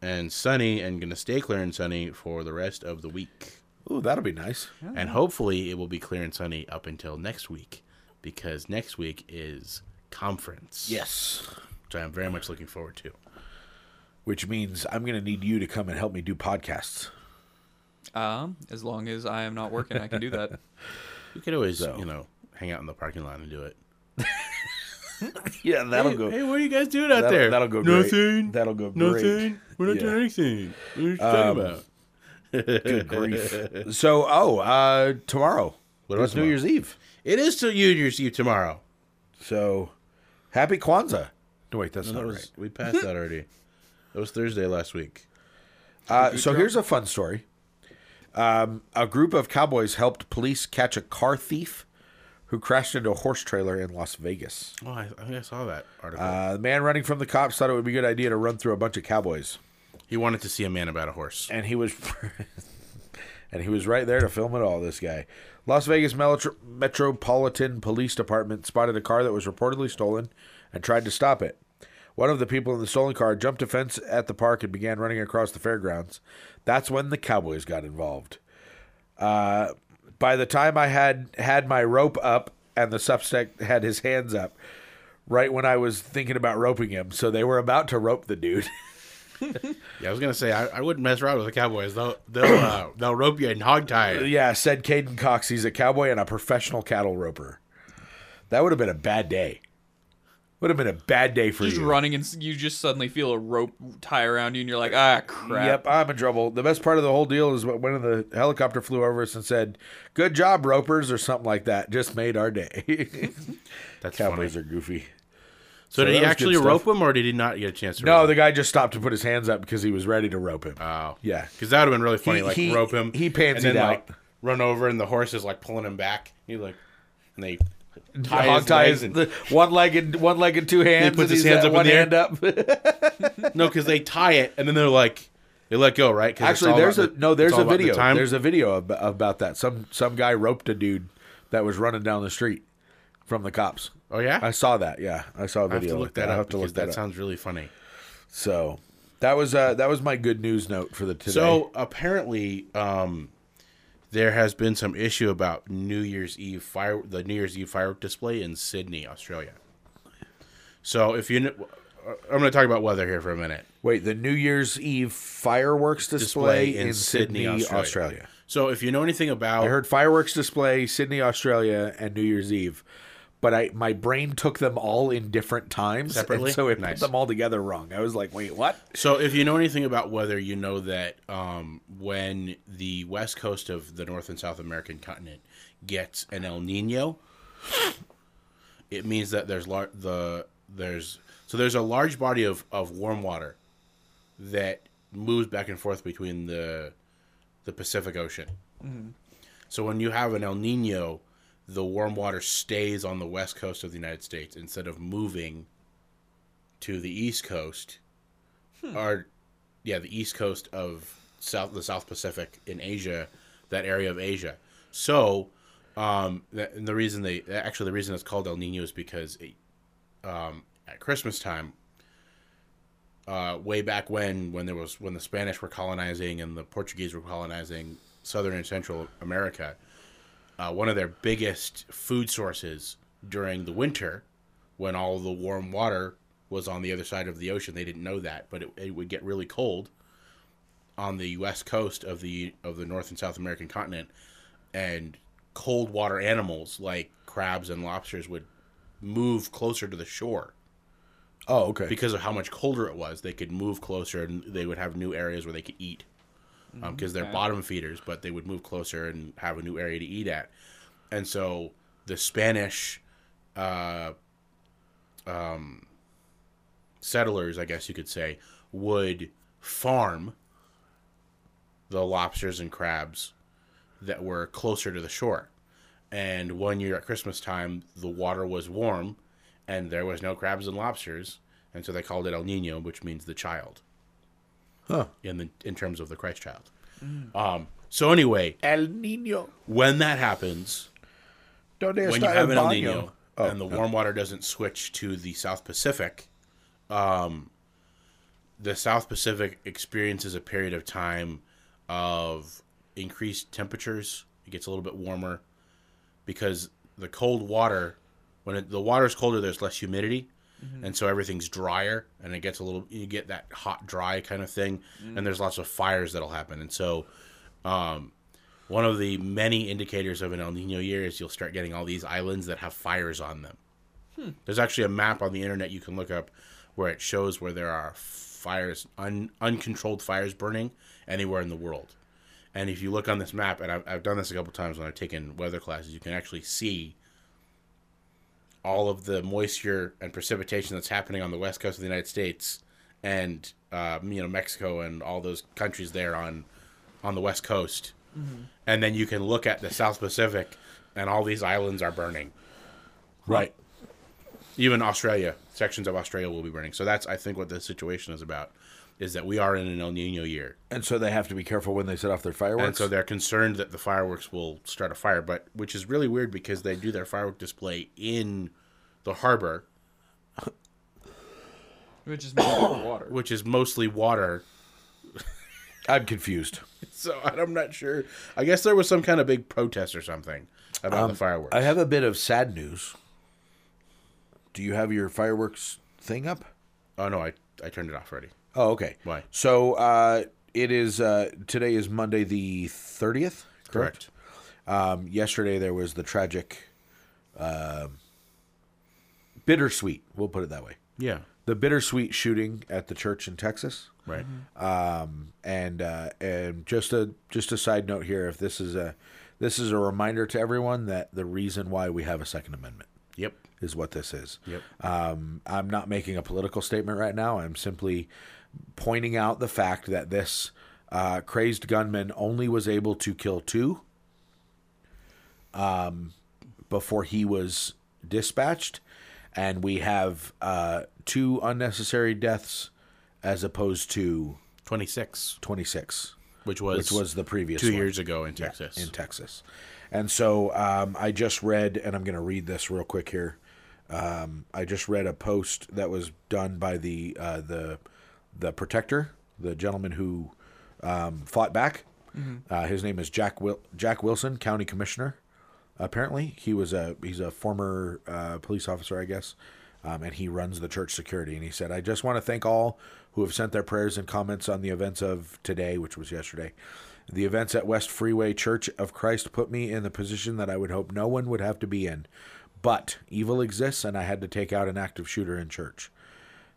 and sunny and going to stay clear and sunny for the rest of the week. Ooh, that'll be nice. And hopefully it will be clear and sunny up until next week because next week is conference. Yes. Which I'm very much looking forward to. which means I'm going to need you to come and help me do podcasts. Um, as long as I am not working, I can [LAUGHS] do that. You could always, So. you know, hang out in the parking lot and do it. Yeah, that'll hey, hey, what are you guys doing out That'll- there? that'll go great. Nothing. That'll go great. Nothing. We're not Yeah. Um, doing anything. What are you talking about? Good [LAUGHS] [LAUGHS] grief. So, oh, uh, tomorrow. What about It's New Year's Eve. It is till New Year's Eve tomorrow. So, happy Kwanzaa. No, wait, that's That not was, right. We passed that already. That was Thursday last week. Uh, so, here's a fun story. Um, a group of cowboys helped police catch a car thief who crashed into a horse trailer in Las Vegas. Oh, I, I think I saw that article. Uh, the man running from the cops thought it would be a good idea to run through a bunch of cowboys. he wanted to see a man about a horse. and he was [LAUGHS] and he was right there to film it all this guy las vegas Melit- metropolitan police department spotted a car that was reportedly stolen and tried to stop it one of the people in the stolen car jumped a fence at the park and began running across the fairgrounds that's when the cowboys got involved uh, by the time i had had my rope up and the suspect had his hands up right when I was thinking about roping him. So they were about to rope the dude. [LAUGHS] Yeah, I was gonna say I, I wouldn't mess around with the Cowboys. They'll [COUGHS] they'll uh, they'll rope you in hog tie. yeah, said Caden Cox. He's a cowboy and a professional cattle roper. That would have been a bad day. Would have been a bad day for Just you. running and s- you just suddenly feel a rope tie around you, and you're like, ah, crap. Yep, I'm in trouble. The best part of the whole deal is when the helicopter flew over us and said, "Good job, ropers," or something like that. Just made our day. [LAUGHS] That's funny. Cowboys are goofy. So, that did he was actually good rope stuff. him, or did he not get a chance to? No, rope the guy just stopped to put his hands up because he was ready to rope him. Wow. Yeah. Because that would have been really funny. He- like he- rope him. he and then, pansied Like, out. run over, and the horse is like pulling him back. He like, and they tie Hog his ties legs [LAUGHS] and- the one-legged, one-legged, two hands. and puts his he's hands got up in one the air. hand up. [LAUGHS] no, because they tie it, and then they're like, they let go, right? 'Cause it's Actually, all there's a about the- no. There's it's all a about the video. time. There's a video ab- about that. Some some guy roped a dude that was running down the street from the cops. oh yeah, I saw that. Yeah, I saw a I have video. to like look that I up. have to because look that, that up. sounds really funny. So that was uh that was my good news note for the today. So apparently, um, there has been some issue about New Year's Eve fire the New Year's Eve firework display in Sydney, Australia. So if you, kn- I'm going to talk about weather here for a minute. wait, the New Year's Eve fireworks display, in, Sydney, Australia. So if you know anything about, I heard fireworks display Sydney, Australia, and New Year's Eve. But I, my brain took them all in different times, and Separately? so it Nice. put them all together wrong. I was like, "Wait, what?" so if you know anything about weather, you know that um, when the west coast of the North and South American continent gets an El Nino, it means that there's lar- the there's so there's a large body of, of warm water that moves back and forth between the the Pacific Ocean. So when you have an El Nino, the warm water stays on the west coast of the United States instead of moving to the east coast, or yeah, the east coast of South the South Pacific in Asia, that area of Asia. So um, that, and the reason they actually the reason it's called El Nino is because it, um, at Christmas time. Uh, way back when, when there was when the Spanish were colonizing and the Portuguese were colonizing Southern and Central America, uh, one of their biggest food sources during the winter when all the warm water was on the other side of the ocean they didn't know that but it, it would get really cold on the west coast of the of the north and south american continent and cold water animals like crabs and lobsters would move closer to the shore Oh, okay. because of how much colder it was they could move closer and they would have new areas where they could eat because they're okay. bottom feeders but they would move closer and have a new area to eat at and so the spanish uh, um, settlers i guess you could say would farm the lobsters and crabs that were closer to the shore and one year at christmas time the water was warm and there was no crabs and lobsters and so they called it el nino which means the child Huh. in the in terms of the Christ child. Um, so anyway, El Nino. when that happens, Donde when you have an El Nino and the warm water doesn't switch to the South Pacific, um, the South Pacific experiences a period of time of increased temperatures. It gets a little bit warmer because the cold water, when it, the water is colder, there's less humidity. And so everything's drier, and it gets a little. You get that hot, dry kind of thing, and there's lots of fires that'll happen. And so, one of the many indicators of an El Nino year is you'll start getting all these islands that have fires on them. There's actually a map on the internet you can look up where it shows where there are fires, un, uncontrolled fires burning anywhere in the world. And if you look on this map, and I've, I've done this a couple times when I've taken weather classes, you can actually see all of the moisture and precipitation that's happening on the west coast of the United States and uh, you know Mexico and all those countries there on on the west coast and then you can look at the South Pacific, and all these islands are burning. Right. Even Australia, sections of Australia will be burning. So that's, I think, what this situation is about, is that we are in an El Nino year, And so they have to be careful when they set off their and fireworks. so they're concerned that the fireworks will start a fire. But which is really weird because they do their firework display in the harbor, Which is made out of water. which is mostly water. [LAUGHS] I'm confused. so I'm not sure. I guess there was some kind of big protest or something about the fireworks. Um, I have a bit of sad news. Do you have your fireworks thing up? oh no, I I turned it off already. Oh, okay. Why? So uh, it is uh, today is Monday the thirtieth. Correct. Um, yesterday there was the tragic, uh, bittersweet. We'll put it that way. Yeah. The bittersweet shooting at the church in Texas. Right. Um, and uh, and just a just a side note here. If this is a this is a reminder to everyone that the reason why we have a Second Amendment Yep. is what this is. Yep. Um, I'm not making a political statement right now. I'm simply pointing out the fact that this uh, crazed gunman only was able to kill two um, before he was dispatched. And we have uh, two unnecessary deaths as opposed to 26, 26, which was which was the previous two one years ago in Texas. in Texas. And so um, I just read, and I'm going to read this real quick here. Um, I just read a post that was done by the uh, the the protector, the gentleman who um, fought back. Uh, his name is Jack Wil- Jack Wilson, county commissioner. Apparently, he was a he's a former uh, police officer, I guess, um, and he runs the church security. And he said, "I just want to thank all who have sent their prayers and comments on the events of today, which was yesterday. The events at West Freeway Church of Christ put me in the position that I would hope no one would have to be in. But evil exists, and I had to take out an active shooter in church."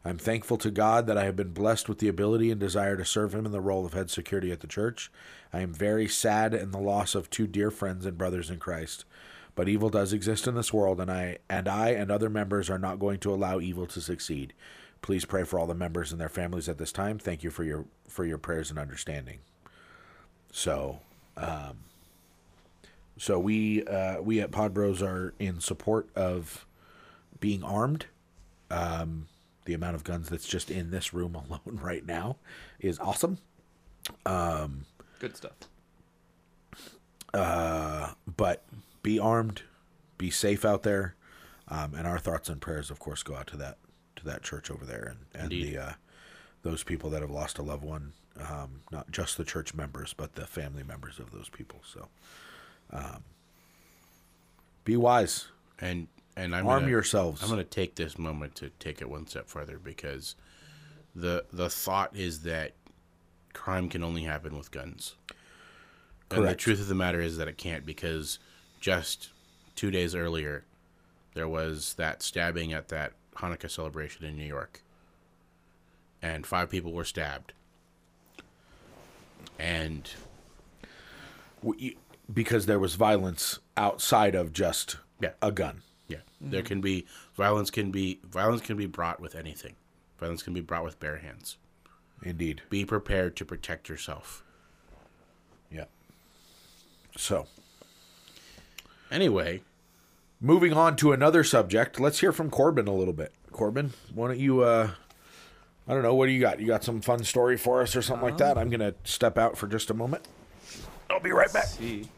I'm thankful to God that I have been blessed with the ability and desire to serve Him in the role of head security at the church. I am very sad in the loss of two dear friends and brothers in Christ. But evil does exist in this world, and I and I and other members are not going to allow evil to succeed. Please pray for all the members and their families at this time. Thank you for your for your prayers and understanding. So, um, so we uh, we at Pod Bros are in support of being armed Um, the amount of guns that's just in this room [LAUGHS] alone right now is awesome. Good stuff. But be armed, be safe out there, um, and our thoughts and prayers, of course, go out to that to that church over there and, and the uh, those people that have lost a loved one. Um, not just the church members, but the family members of those people. So, um, be wise, and and I'm arm gonna, yourselves. I'm going to take this moment to take it one step further because the the thought is that crime can only happen with guns. And the Correct. truth of the matter is that it can't because just 2 days earlier there was that stabbing at that Hanukkah celebration in New York. And five people were stabbed. And W- you- because there was violence outside of just Yeah. a gun. Yeah, there can be violence. Can be violence can be brought with anything. Violence can be brought with bare hands. Indeed. Be prepared to protect yourself. Yeah. So. Anyway, Moving on to another subject, let's hear from Corbin a little bit. Corbin, why don't you? Uh, I don't know. What do you got? You got some fun story for us or something like that? I'm gonna step out for just a moment. I'll be right back. See.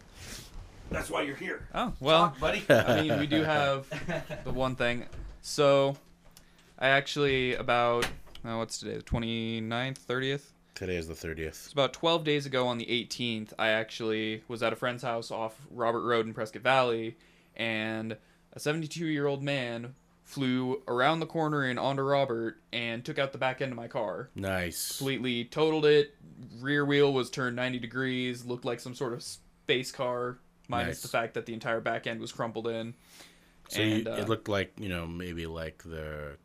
That's why you're here. Oh well, buddy. I mean, we do have the one thing. So, I actually about oh, what's today? The 29th, 30th. today is the thirtieth. It's about 12 days ago on the 18th. I actually was at a friend's house off Robert Road in Prescott Valley, and a 72-year-old man flew around the corner and onto Robert and took out the back end of my car. Nice. completely totaled it. Rear wheel was turned 90 degrees, looked like some sort of space car, minus Nice. the fact that the entire back end was crumpled in. So you, and uh, it looked like you know maybe like the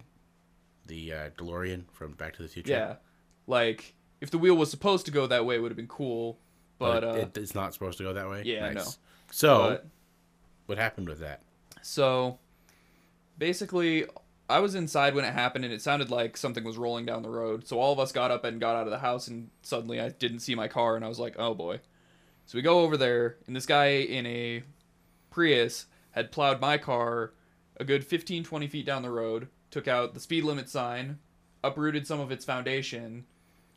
the uh, DeLorean from Back to the Future. yeah, like if the wheel was supposed to go that way, it would have been cool. But, but uh, it, Oh, it's not supposed to go that way. yeah, no. So but what happened with that? so basically, I was inside when it happened, and it sounded like something was rolling down the road. So all of us got up and got out of the house, and suddenly I didn't see my car, and I was like, oh boy. So we go over there, and this guy in a Prius had plowed my car a good 15, 20 feet down the road, took out the speed limit sign, uprooted some of its foundation,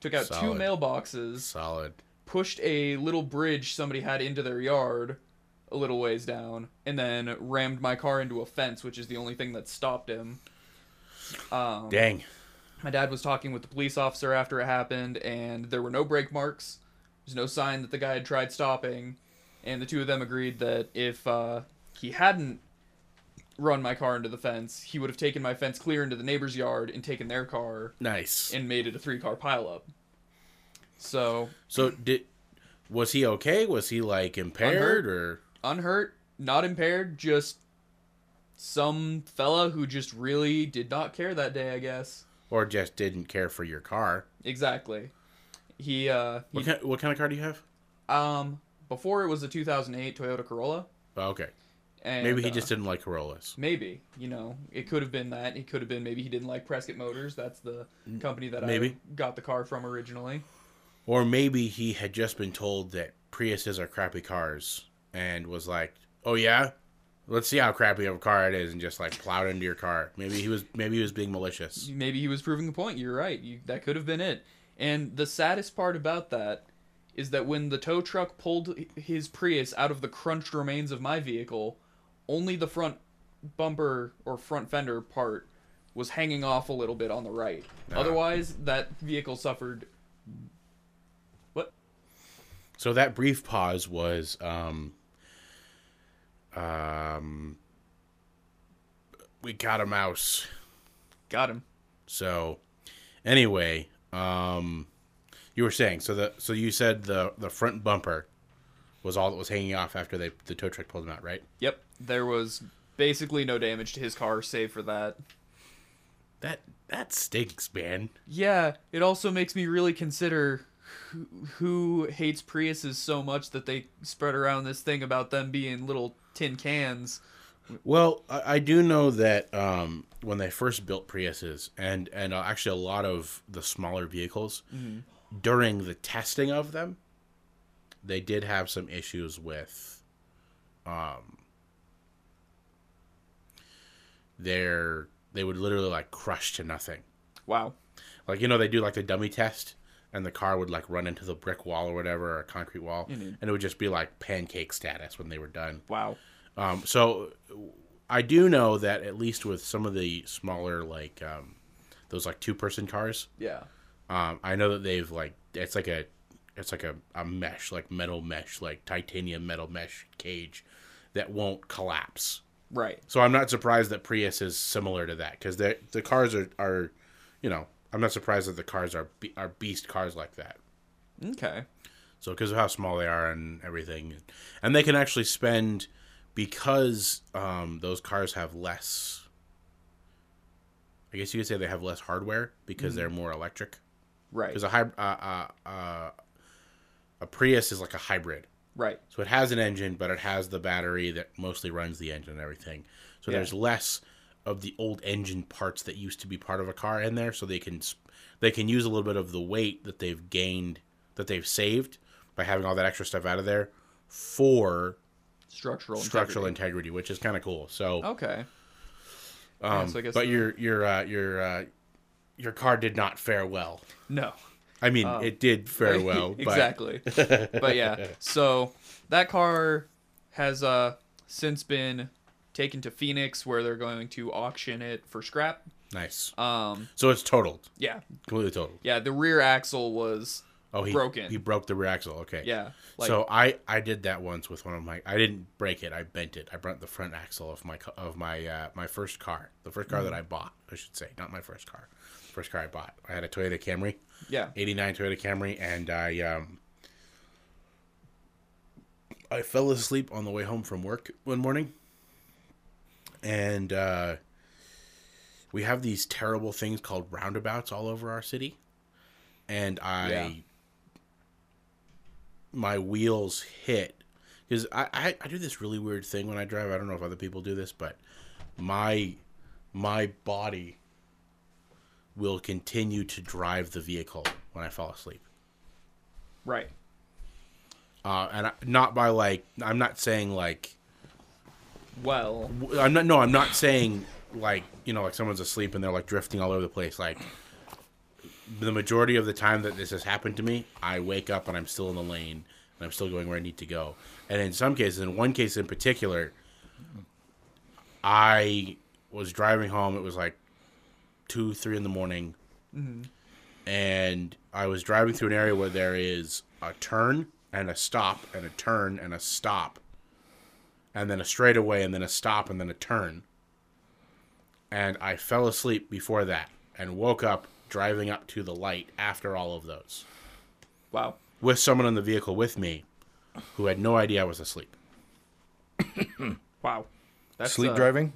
took out Solid. two mailboxes, Solid. pushed a little bridge somebody had into their yard a little ways down, and then rammed my car into a fence, which is the only thing that stopped him. Um, Dang. my dad was talking with the police officer after it happened, and there were no brake marks. There's no sign that the guy had tried stopping, and the two of them agreed that if uh, he hadn't run my car into the fence, he would have taken my fence clear into the neighbor's yard and taken their car Nice. and made it a three car pileup. So so did was he okay? Was he like impaired or unhurt, not impaired, just some fella who just really did not care that day, I guess. or just didn't care for your car? Exactly. He uh he, What kind, what kind of car do you have? um before it was a 2008 Toyota Corolla Oh, okay. and Maybe he uh, just didn't like Corollas. maybe, you know, it could have been that. It could have been maybe he didn't like Prescott Motors. That's the company that Mm, Maybe. I got the car from originally. Or maybe he had just been told that Priuses are crappy cars and was like, "Oh yeah, let's see how crappy of a car it is," and just like plowed into your car. Maybe he was maybe he was being malicious. maybe he was proving a point. You're right. You, that could have been it. And the saddest part about that is that when the tow truck pulled h- his Prius out of the crunched remains of my vehicle, only the front bumper or front fender part was hanging off a little bit on the right. Ah. Otherwise, that vehicle suffered. What? So that brief pause was um um we got a mouse. Got him. So anyway, um you were saying so the so you said the the front bumper was all that was hanging off after they the tow truck pulled him out, right? Yep. There was basically no damage to his car save for that. That that stinks, man. Yeah, it also makes me really consider who, who hates Priuses so much that they spread around this thing about them being little tin cans. Well, I, I do know that um, when they first built Priuses and and uh, actually a lot of the smaller vehicles during the testing of them, they did have some issues with um, their they would literally like crush to nothing. Wow. Like you know they do like the dummy test and the car would like run into the brick wall or whatever or a concrete wall and it would just be like pancake status when they were done. Wow. Um, so I do know that at least with some of the smaller like um, those like two person cars, Yeah. um, I know that they've like it's like a it's like a, a mesh like metal mesh like titanium metal mesh cage that won't collapse. Right. So I'm not surprised that Prius is similar to that because the the cars are are you know I'm not surprised that the cars are be- are beast cars like that. Okay. So because of how small they are and everything, and they can actually spend because um, those cars have less. I guess you could say they have less hardware because they're more electric. Right. Because a hybrid, uh, uh, uh, a Prius is like a hybrid, Right. so it has an engine, but it has the battery that mostly runs the engine and everything. So Yeah. there's less of the old engine parts that used to be part of a car in there, so they can s- they can use a little bit of the weight that they've gained that they've saved by having all that extra stuff out of there for Structural. structural Oh, integrity. integrity, which is kind of cool. So, Okay. um, so I guess but the- your your uh, your uh, your car did not fare well. No. I mean, it did [LAUGHS] fare well, but Oh. exactly. but yeah. So that car has uh since been taken to Phoenix where they're going to auction it for scrap. nice. Um So it's totaled, yeah. completely totaled. Yeah, the rear axle was Oh, he Broken. He broke the rear axle. Okay. yeah. so I I did that once with one of my I didn't break it I bent it I bent the front axle of my ca- of my uh, my first car the first car that I bought I should say not my first car first car I bought I had a Toyota Camry yeah. '89 Toyota Camry and I um I fell asleep on the way home from work one morning and uh, we have these terrible things called roundabouts all over our city and I Yeah. my wheels hit because I, I I do this really weird thing when I drive. I don't know if other people do this, but my my body will continue to drive the vehicle when I fall asleep. Right. Uh, and I, not by like I'm not saying like Well, I'm not no I'm not saying like you know like someone's asleep and they're like drifting all over the place like the majority of the time that this has happened to me I wake up and I'm still in the lane and I'm still going where I need to go and in some cases in one case in particular I was driving home it was like two three in the morning and I was driving through an area where there is a turn and a stop and a turn and a stop, and then a straightaway and then a stop and then a turn. And I fell asleep before that and woke up driving up to the light after all of those Wow. with someone in the vehicle with me who had no idea I was asleep. Wow. That's Sleep uh, driving?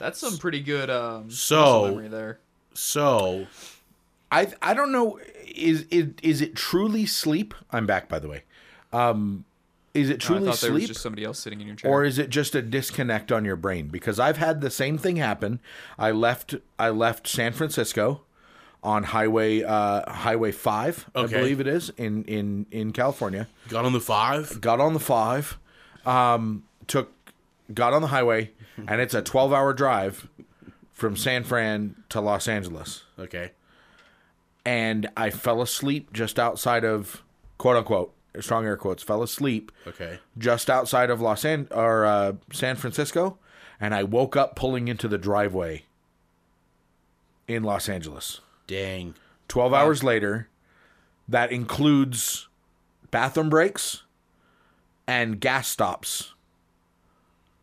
That's some pretty good um So- muscle memory there. So I I don't know. Is is is it truly sleep? I'm back, by the way. Um, is it No, I truly thought there was sleep, just somebody else sitting in your chair. or is it just a disconnect on your brain? Because I've had the same thing happen. I left I left San Francisco on highway uh, Highway Five, Okay. I believe it is in in in California. got on the five. Got on the five, um, took got on the highway, and it's a 12 hour drive from San Fran to Los Angeles Okay. and I fell asleep just outside of quote unquote strong air quotes fell asleep Okay. just outside of Los An- or uh, San Francisco, and I woke up pulling into the driveway in Los Angeles. Dang. Twelve hours later, that includes bathroom breaks and gas stops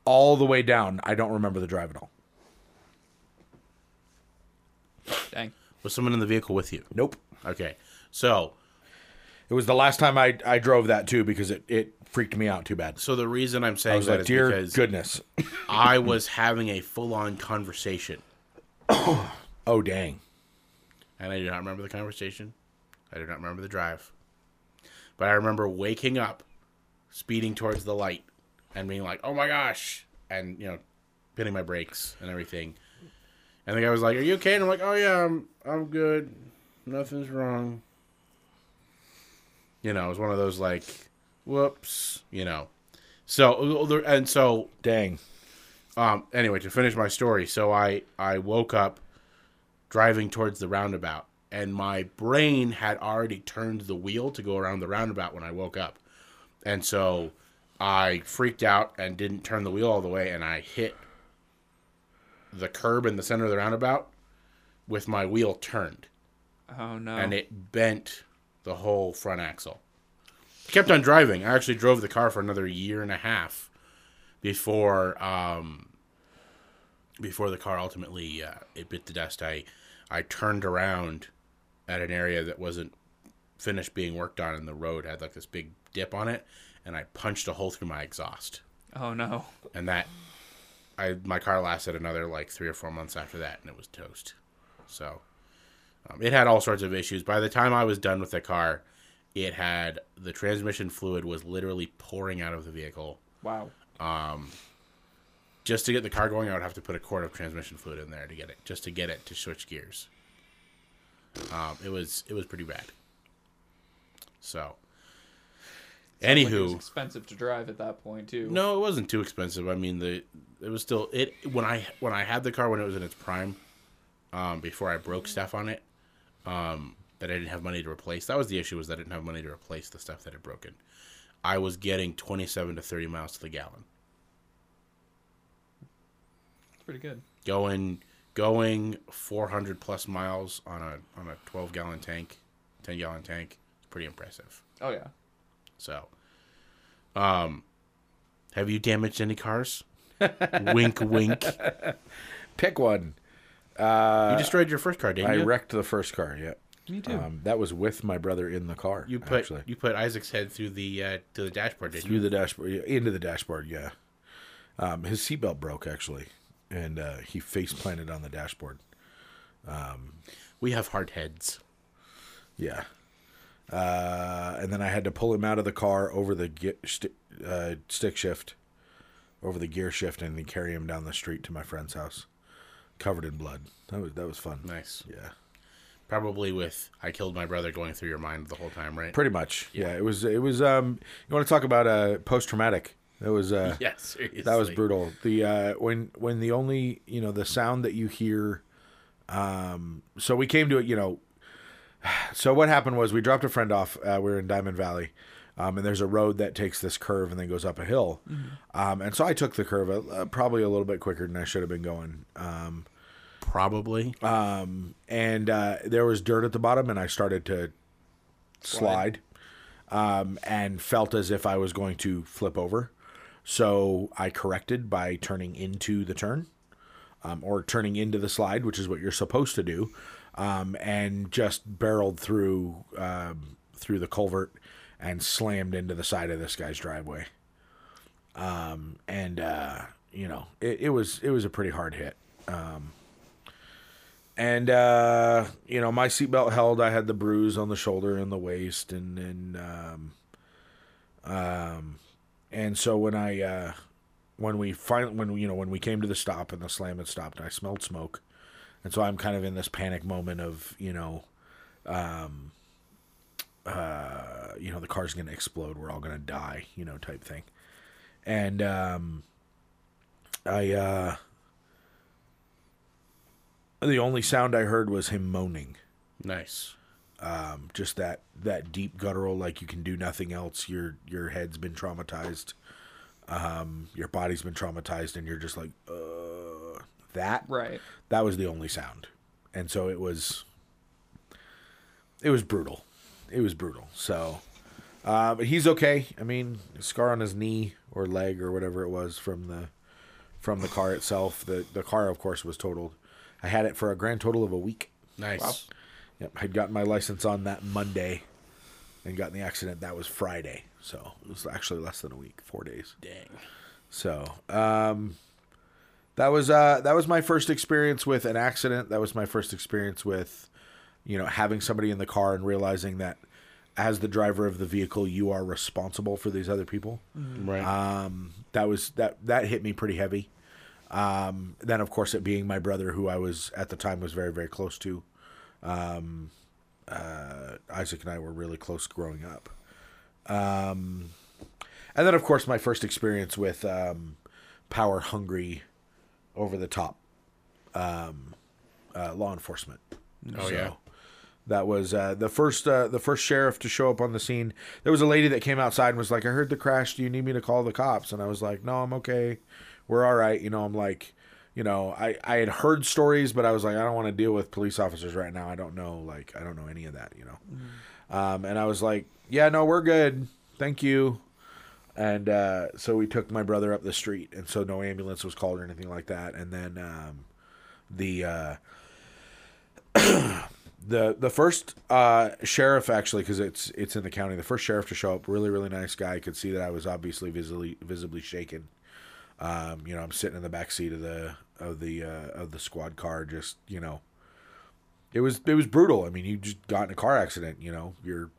all the way down. I don't remember the drive at all. Dang. Was someone in the vehicle with you? Nope. Okay. So It was the last time I, I drove that too because it, it freaked me out too bad. so the reason I'm I saying was that like, is dear because goodness. I was having a full on conversation Oh dang. and I do not remember the conversation. I do not remember the drive. But I remember waking up, speeding towards the light, and being like, "Oh my gosh!" and you know, pinning my brakes and everything. And the guy was like, "Are you okay?" And I'm like, "Oh yeah, I'm I'm good. Nothing's wrong." You know, it was one of those like, "Whoops," you know. So uh, and so Dang. um, anyway, to finish my story, so I I woke up driving towards the roundabout, and my brain had already turned the wheel to go around the roundabout when I woke up, and so I freaked out and didn't turn the wheel all the way, and I hit the curb in the center of the roundabout with my wheel turned, Oh no. and it bent the whole front axle. I kept on driving. I actually drove the car for another year and a half before um, before the car ultimately uh, it bit the dust. I I turned around at an area that wasn't finished being worked on, and the road had like this big dip on it, and I punched a hole through my exhaust, oh no. and that I my car lasted another like three or four months after that, and it was toast. So um, it had all sorts of issues. By the time I was done with the car, it had the transmission fluid was literally pouring out of the vehicle. Wow. Just to get the car going, I would have to put a quart of transmission fluid in there to get it, just to get it to switch gears. Um, it was it was pretty bad. So, Like, it was anywho, expensive to drive at that point too. no, it wasn't too expensive. I mean, the it was still it when I when I had the car when it was in its prime, um, before I broke stuff on it, um, that I didn't have money to replace. That was the issue was that I didn't have money to replace the stuff that had broken. I was getting twenty seven to thirty miles to the gallon, It's pretty good. going going four hundred plus miles on a on a twelve gallon tank, ten gallon tank. It's pretty impressive. Oh yeah. So, um, have you damaged any cars? wink, wink. Pick one. You destroyed your first car, didn't Uh, I you? wrecked the first car. Yeah. Me too. Um, that was with my brother in the car. you put actually you put Isaac's head through the uh, to the dashboard, didn't you? through the dashboard yeah, into the dashboard. Yeah. Um, his seatbelt broke actually, and uh, he face planted on the dashboard. We have hard heads. Yeah. Uh, and then I had to pull him out of the car over the ge- st- uh, stick shift, over the gear shift, and then carry him down the street to my friend's house, covered in blood. That was that was fun. Nice. Yeah. Probably with I killed my brother going through your mind the whole time, right? Pretty much. Yeah. It was. It was. Um. You want to talk about uh post traumatic? That was. Uh, yeah, seriously. That was brutal. The uh, when when the only you know the sound that you hear. Um. So we came to it. You know. [SIGHS] So what happened was we dropped a friend off. Uh, we were in Diamond Valley. Um, and there's a road that takes this curve and then goes up a hill. Um, and so I took the curve uh, probably a little bit quicker than I should have been going. Um, Probably. and uh, there was dirt at the bottom, and I started to slide. um, and felt as if I was going to flip over. So I corrected by turning into the turn um, or turning into the slide, which is what you're supposed to do, um, and just barreled through um, through the culvert and slammed into the side of this guy's driveway. Um, and uh, you know, it, it was it was a pretty hard hit. Um, and uh, you know, my seatbelt held. I had the bruise on the shoulder and the waist, and and um, um, and so when I uh, when we finally when you know when we came to the stop and the slam had stopped i smelled smoke and so i'm kind of in this panic moment of you know um uh you know the car's gonna explode we're all gonna die you know type thing and um i uh the only sound i heard was him moaning Nice. um, just that that deep guttural like you can do nothing else your your head's been traumatized um, your body's been traumatized and you're just like uh, that Right. that was the only sound and so it was it was brutal it was brutal so uh, but he's okay i mean a scar on his knee or leg or whatever it was from the from the car itself the the car of course was totaled i had it for a grand total of a week Nice. Yep, I'd gotten my license on that Monday, and got in the accident that was Friday, so it was actually less than a week, four days. Dang. So um, that was uh, that was my first experience with an accident. That was my first experience with you know having somebody in the car and realizing that as the driver of the vehicle, you are responsible for these other people. Right. Um, that was that that hit me pretty heavy. Um, then of course it being my brother, who I was at the time was very very close to. Um, uh, Isaac and I were really close growing up. Um, and then of course my first experience with um, power hungry, over the top, um, uh, law enforcement. oh yeah. That was uh, the first uh, the first sheriff to show up on the scene. There was a lady that came outside and was like, "I heard the crash. Do you need me to call the cops?" And I was like, "No, I'm okay. We're all right." You know, I'm like, you know, I I had heard stories, but I was like, I don't want to deal with police officers right now. I don't know, like, I don't know any of that. You know, Mm. um, and I was like, "Yeah, no, we're good. Thank you." And uh, so we took my brother up the street, and so no ambulance was called or anything like that. And then um, the uh, the the first uh, sheriff actually because it's it's in the county the first sheriff to show up really really nice guy could see that i was obviously visibly visibly shaken um, you know i'm sitting in the back seat of the of the uh, of the squad car just you know it was it was brutal i mean you just got in a car accident you know you're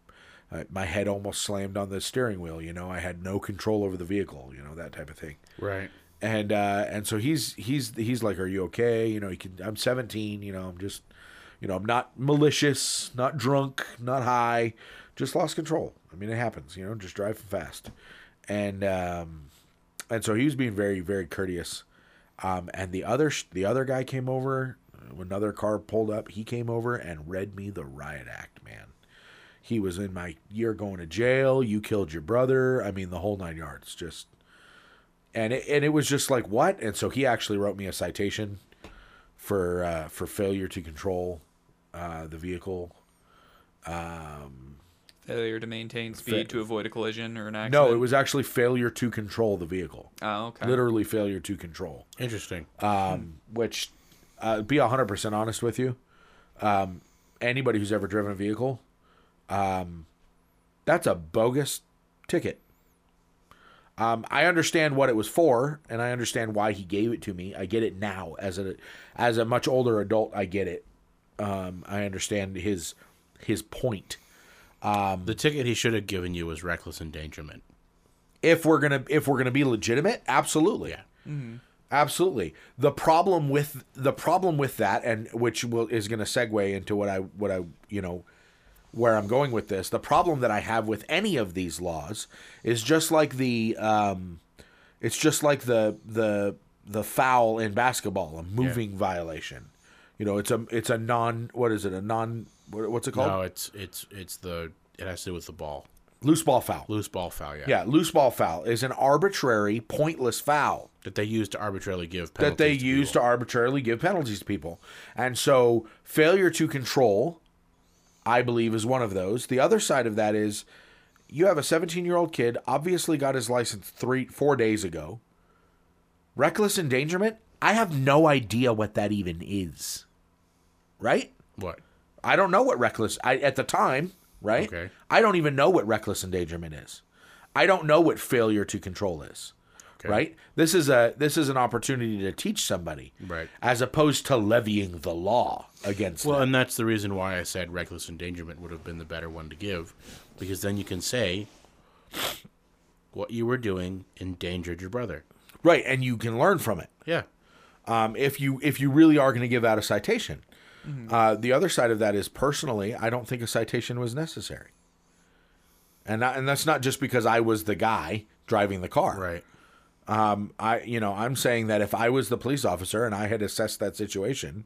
uh, my head almost slammed on the steering wheel you know i had no control over the vehicle you know that type of thing Right. and uh, and so he's he's he's like, "Are you okay?" You know, he can. I'm 17. You know, I'm just, you know, I'm not malicious, not drunk, not high, just lost control. I mean, it happens. You know, just drive fast, and um, and so he was being very very courteous. Um, and the other sh- the other guy came over. uh, Another car pulled up. He came over and read me the riot act, man. He was in my. You're going to jail. You killed your brother. I mean, the whole nine yards. Just and it, and it was just like what and so he actually wrote me a citation for uh, for failure to control uh, the vehicle Failure to maintain speed to avoid a collision or an accident. no it was actually failure to control the vehicle Oh, okay. literally failure to control Interesting. um, which uh, be 100% honest with you um, anybody who's ever driven a vehicle um, that's a bogus ticket um, I understand what it was for, and I understand why he gave it to me. I get it now as a as a much older adult. I get it. Um, I understand his his point. Um, the ticket he should have given you was reckless endangerment. if we're gonna if we're gonna be legitimate absolutely Mm-hmm. Yeah. absolutely the problem with the problem with that and which will is gonna segue into what i what i you know where i'm going with this the problem that i have with any of these laws is just like the um it's just like the the the foul in basketball a moving violation you know it's a it's a non what is it a non what, what's it called No, it's it's it's the it has to do with the ball. loose ball foul Loose ball foul, yeah. yeah loose ball foul is an arbitrary pointless foul That they use to arbitrarily give penalties. that they to use to arbitrarily give penalties to people. And so failure to control, I believe, is one of those. The other side of that is You have a 17 year old kid, obviously got his license three, four days ago. Reckless endangerment? I have no idea what that even is. Right? What? I don't know what reckless I at the time, right? Okay. I don't even know what reckless endangerment is. I don't know what failure to control is. Right? This is a this is an opportunity to teach somebody. Right. As opposed to levying the law against Well, them. and that's the reason why I said reckless endangerment would have been the better one to give, because then you can say what you were doing endangered your brother. Right, and you can learn from it. Yeah. um, if you if you really are going to give out a citation. Mm-hmm. Uh, the other side of that is personally, I don't think a citation was necessary, and not, and that's not just because I was the guy driving the car. Right. I you know I'm saying that if I was the police officer and I had assessed that situation,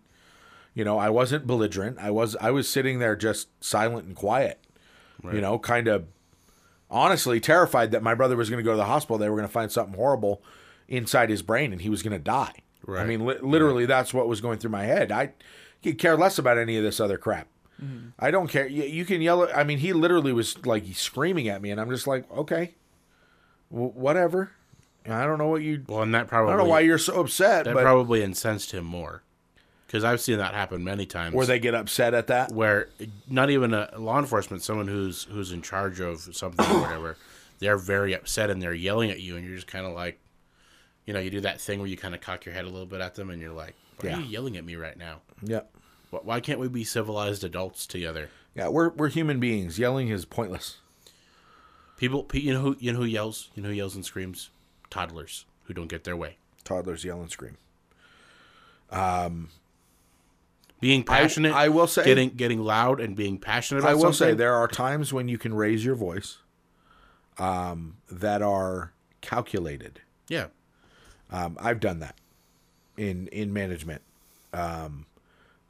you know I wasn't belligerent. I was I was sitting there just silent and quiet. You know, kind of honestly terrified that my brother was going to go to the hospital. They were going to find something horrible inside his brain and he was going to die. I Right. mean, li- literally, that's what was going through my head. I could care less about any of this other crap. I don't care. You, you can yell. at- I mean, he literally was like screaming at me, and I'm just like, okay, w- whatever. I don't know what you Well, and that probably I don't know why you're so upset, that but probably incensed him more, because I've seen that happen many times. where they get upset at that. where not even a law enforcement, someone who's who's in charge of something or whatever, [COUGHS] they're very upset and they're yelling at you, and you're just kind of like, you know, you do that thing where you kind of cock your head a little bit at them, and you're like, why Yeah. are you yelling at me right now? Yeah, Wh- Why can't we be civilized adults together? yeah, we're we're human beings. Yelling is pointless. People, pe- you know who you know who yells, you know who yells and screams, toddlers who don't get their way. Toddlers yell and scream. Being passionate, I will say- getting getting loud and being passionate. About I will say something, there are times when you can raise your voice, um, that are calculated. yeah, Um, I've done that in in management. Um,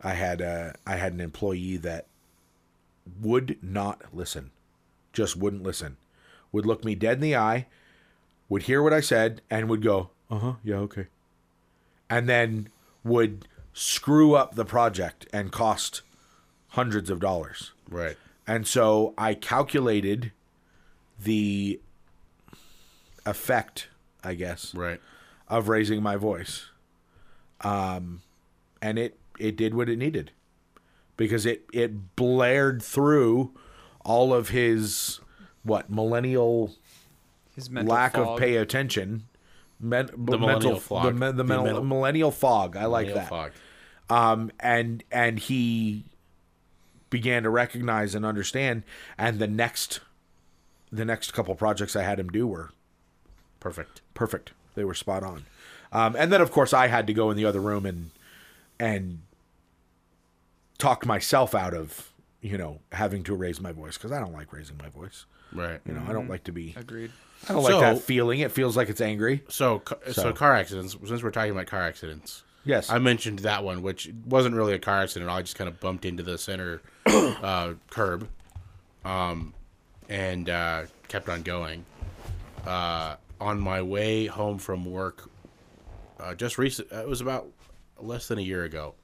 I had a, I had an employee that would not listen, just wouldn't listen, would look me dead in the eye, would hear what I said, and would go, uh huh, yeah, okay, and then would screw up the project and cost hundreds of dollars. right, And so I calculated the effect, I guess, right, of raising my voice. Um, and it it did what it needed because it it blared through all of his what millennial His mental lack fog. of pay attention. Men, the millennial The, fog. men- the The men- middle- millennial fog. I like Neil that Fogg. um, and and he began to recognize and understand. And the next, the next couple projects I had him do were perfect. perfect. They were spot on. Um, and then of course I had to go in the other room and and talk myself out of you know having to raise my voice because I don't like raising my voice. Right. You know I don't like to be. Agreed. I don't So- like that feeling. It feels like it's angry. So, ca- so, So- car accidents. Since we're talking about car accidents, Yes. I mentioned that one, which wasn't really a car accident. at all. I just kind of bumped into the center [COUGHS] uh, curb, um, and uh, kept on going. Uh, on my way home from work, uh, just recent, it was about less than a year ago.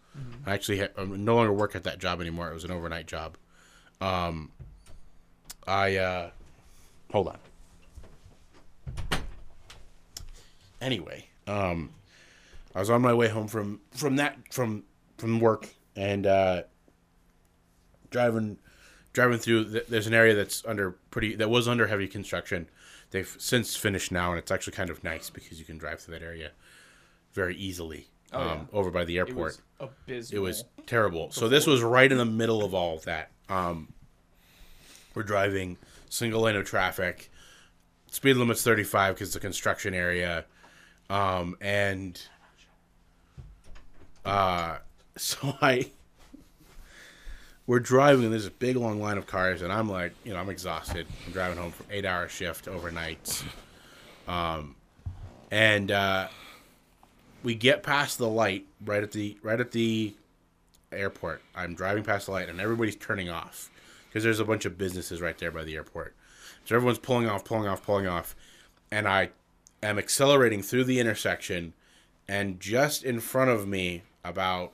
I actually ha- I no longer work at that job anymore. It was an overnight job. Um, I uh, hold on. Anyway, um, I was on my way home from from that from from work and uh, driving driving through. th- There's an area that's under pretty that was under heavy construction. They've since finished now, and it's actually kind of nice because you can drive through that area very easily um, over by the Oh, It airport was abysmal. it was terrible. So this was right in the middle of all of that. Um, we're driving single lane of traffic, speed limit's thirty five because the construction area, um, and uh, [LAUGHS] so I we're driving and there's a big long line of cars and I'm like, you know, I'm exhausted. I'm driving home from eight hour shift overnight. Um, and uh, we get past the light right at the right at the airport. I'm driving past the light and everybody's turning off because there's a bunch of businesses right there by the airport. So everyone's pulling off, pulling off, pulling off, and I am accelerating through the intersection, and just in front of me, about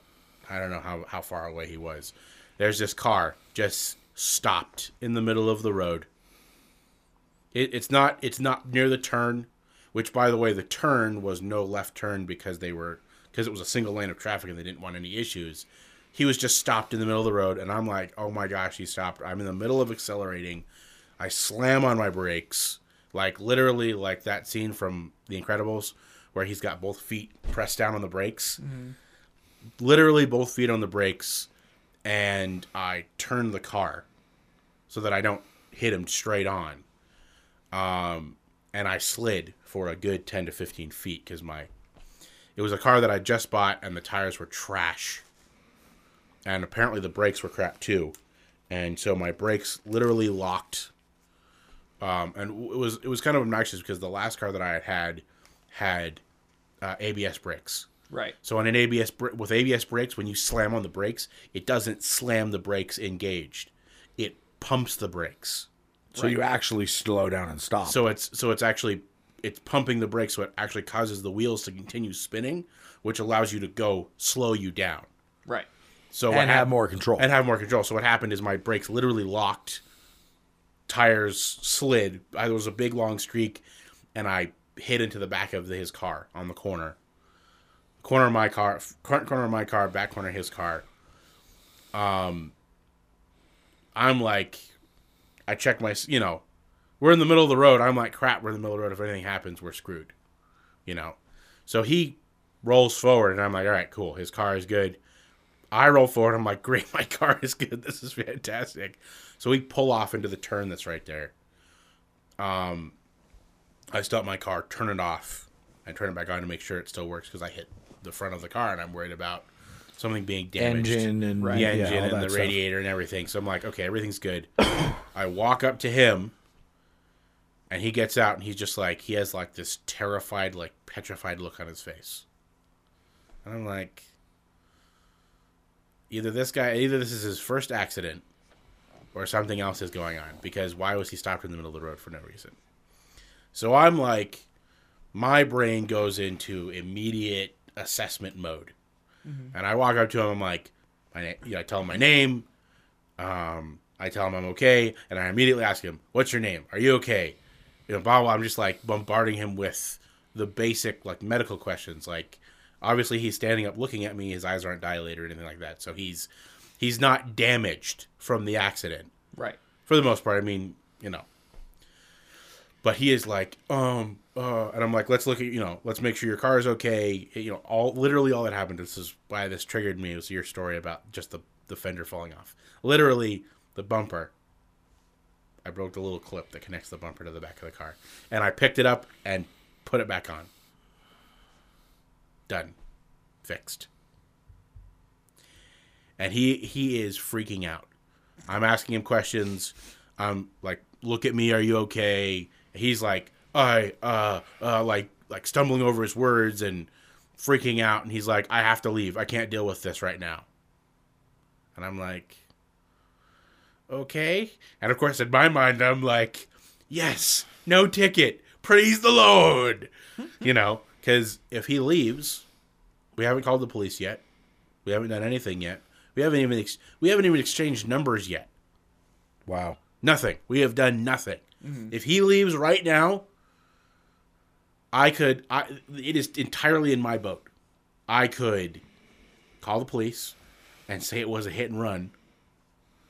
I don't know how how far away he was, there's this car just stopped in the middle of the road, It, it's not it's not near the turn, which by the way, the turn was no left turn because they were because it was a single lane of traffic and they didn't want any issues. He was just stopped in the middle of the road, and I'm like, oh my gosh, he stopped. I'm in the middle of accelerating. I slam on my brakes, like literally like that scene from The Incredibles where he's got both feet pressed down on the brakes. Literally both feet on the brakes, and I turn the car so that I don't hit him straight on. Um, and I slid for a good 10 to 15 feet because my it was a car that I just bought and the tires were trash. And apparently the brakes were crap too. And so my brakes literally locked. Um, and w- it was it was kind of obnoxious because the last car that I had had had uh, ABS brakes. Right. So on an ABS br- with ABS brakes, when you slam on the brakes, it doesn't slam the brakes engaged. It pumps the brakes. So you actually slow down and stop. So it's so it's actually it's pumping the brakes, so it actually causes the wheels to continue spinning, which allows you to go slow you down. Right. So what and have hap- more control. and have more control. So what happened is my brakes literally locked, tires slid. I, there was a big long streak, and I hit into the back of the, his car on the corner, corner of my car, f- cor- corner of my car, back corner of his car. Um, I'm like, I check my, s- you know, we're in the middle of the road. I'm like, crap, we're in the middle of the road. If anything happens, we're screwed, you know. So he rolls forward, and I'm like, all right, cool. His car is good. I roll forward. I'm like, great, [LAUGHS] my car is good. This is fantastic. So we pull off into the turn that's right there. Um, I stop my car, turn it off, and turn it back on to make sure it still works because I hit the front of the car and I'm worried about something being damaged engine and Right. the yeah, engine all and that the stuff. radiator and everything. So I'm like, okay, everything's good. [COUGHS] I walk up to him, and he gets out, and he's just like, he has like this terrified, like petrified look on his face, and I'm like, either this guy, either this is his first accident, or something else is going on because why was he stopped in the middle of the road for no reason? So I'm like, my brain goes into immediate assessment mode. And I walk up to him. I'm like, my na- you know, I tell him my name. Um, I tell him I'm okay, and I immediately ask him, "What's your name? Are you okay?" You know, blah blah. I'm just like bombarding him with the basic like medical questions. Like, obviously he's standing up, looking at me. His eyes aren't dilated or anything like that, so he's he's not damaged from the accident Right. for the most part. I mean, you know. But he is like, um, uh, and I'm like, let's look at, you know, let's make sure your car is okay. You know, all literally all that happened. This is why this triggered me. Was your story about just the the fender falling off? Literally, the bumper. I broke the little clip that connects the bumper to the back of the car, and I picked it up and put it back on. Done, fixed. And he he is freaking out. I'm asking him questions. I'm like, look at me, are you okay? He's like, I uh uh like like stumbling over his words and freaking out and he's like, I have to leave. I can't deal with this right now. And I'm like, okay. And of course in my mind I'm like, yes, no ticket. Praise the Lord. you know, cuz if he leaves, we haven't called the police yet. We haven't done anything yet. We haven't even ex- we haven't even exchanged numbers yet. Wow. Nothing. We have done nothing. If he leaves right now, I could. I it is entirely in my boat. I could call the police and say it was a hit and run,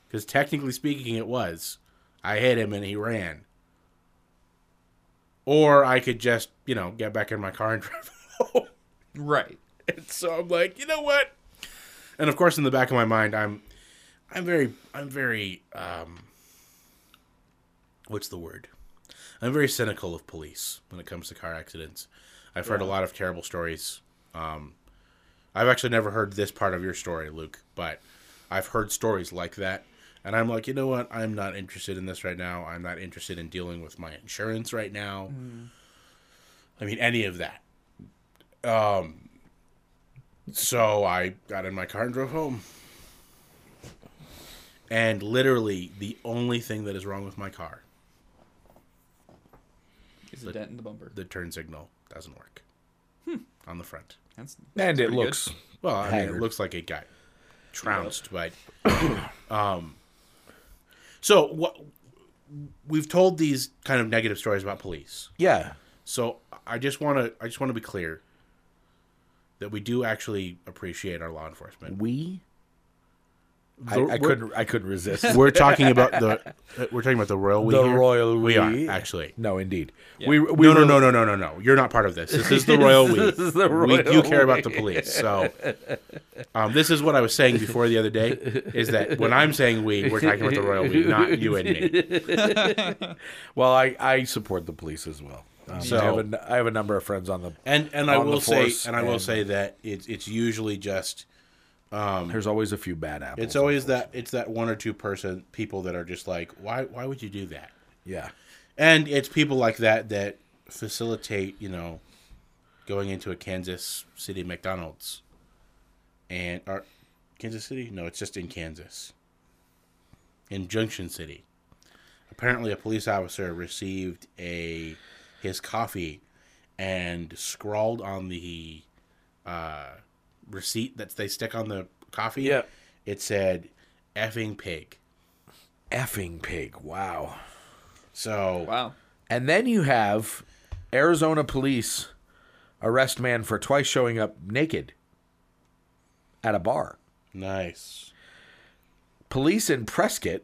because technically speaking, it was. I hit him and he ran. Or I could just, you know, get back in my car and [LAUGHS] drive home. Right. And [LAUGHS] so I'm like, you know what? And of course, in the back of my mind, I'm, I'm very, I'm very, um, what's the word? I'm very cynical of police when it comes to car accidents. I've heard a lot of terrible stories. Um, I've actually never heard this part of your story, Luke, but I've heard stories like that. And I'm like, you know what? I'm not interested in this right now. I'm not interested in dealing with my insurance right now. I mean, any of that. Um, so I got in my car and drove home. And literally, the only thing that is wrong with my car, Is a dent in the bumper. the turn signal doesn't work on the front. That's And it pretty looks good. Well, I mean, it Haggard. looks like it got [COUGHS] trounced, but um, so what we've told these kind of negative stories about police. Yeah. So I just want to I just want to be clear that we do actually appreciate our law enforcement. We. I, The- I we're- couldn't. I couldn't [LAUGHS] resist. [LAUGHS] We're talking about the uh, we're talking about the royal we the here. royal. we are actually. No, indeed. We. we No, no, no, no, no, no, no. You're not part of this. This is [LAUGHS] the royal we. This is the we do royal care about we. the police. So, um, this is what I was saying before the other day: is that when I'm saying we, we're talking about the royal we, not [LAUGHS] you and me. Well, I, I support the police as well. Um, So- I, have a, n- I have a number of friends on the. And and I On the will say, force and I will and- say that it's it's usually just There's always a few bad apples. it's always that it's that one or two person people that are just like, why why would you do that? yeah. And it's people like that that facilitate, you know, going into a Kansas City McDonald's. And are Kansas City? No, it's just in Kansas. In Junction City. Apparently a police officer received a his coffee and scrawled on the uh, receipt that they stick on the coffee. Yeah. It said effing pig. Effing pig! Wow. So Wow. And then you have Arizona police arrest man for twice showing up naked at a bar. nice. Police in Prescott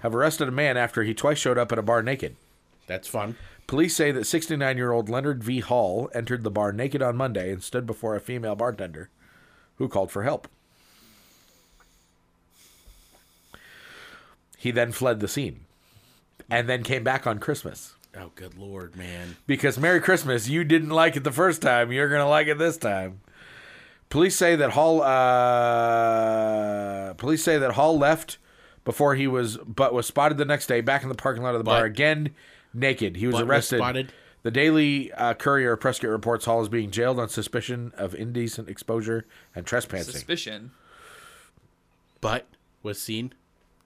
have arrested a man after he twice showed up at a bar naked. That's fun. Police say that 69 year old Leonard V. Hall entered the bar naked on Monday and stood before a female bartender who called for help. He then fled the scene and then came back on Christmas. Oh, good lord, man. Because Merry Christmas, you didn't like it the first time. You're going to like it this time. Police say that Hall. Uh, police say that Hall left before he was, but was spotted the next day back in the parking lot of the bar But- again, naked. He was But was arrested. spotted? The Daily uh, Courier of Prescott reports Hall is being jailed on suspicion of indecent exposure and trespassing. Suspicion. Butt was seen.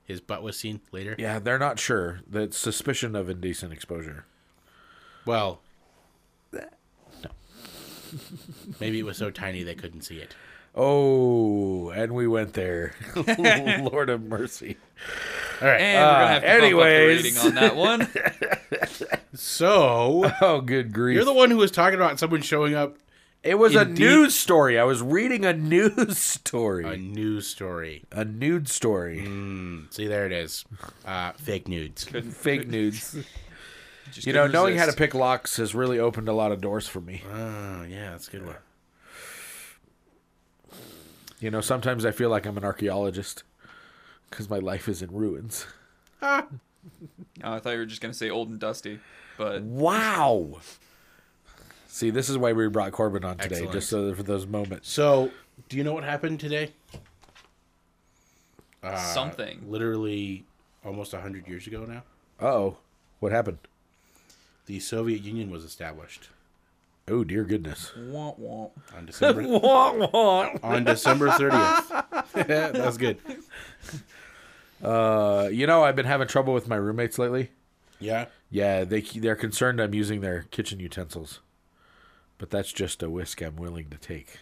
His butt was seen later. yeah, they're not sure. That's suspicion of indecent exposure. Well, no. Maybe it was so tiny they couldn't see it. Oh, and we went [LAUGHS] there. [LAUGHS] Lord of mercy. All right. And we're gonna have to anyways. bump up the rating on that one. so Oh, good grief. you're the one who was talking about someone showing up It was Indeed. a news story. I was reading a [LAUGHS] news story. a news story. a nude story. Mm. See, there it is. Uh, fake nudes. [LAUGHS] Fake nudes. Just you know, couldn't knowing how to resist. pick locks has really opened a lot of doors for me. Oh, yeah, that's a good one. You know, sometimes I feel like I'm an archaeologist because my life is in ruins. Oh, I thought you were just gonna say old and dusty, but Wow. See, this is why we brought Corbin on today, Excellent. just so that for those moments. So, do you know what happened today? something. Literally almost 100 years ago now, Oh, what happened? the Soviet Union was established Oh dear [LAUGHS] goodness. Wah, wah. on December [LAUGHS] on December [LAUGHS] 30th. that was good. Uh, you know, I've been having trouble with my roommates lately. Yeah. Yeah, they they're concerned I'm using their kitchen utensils, but that's just a risk I'm willing to take.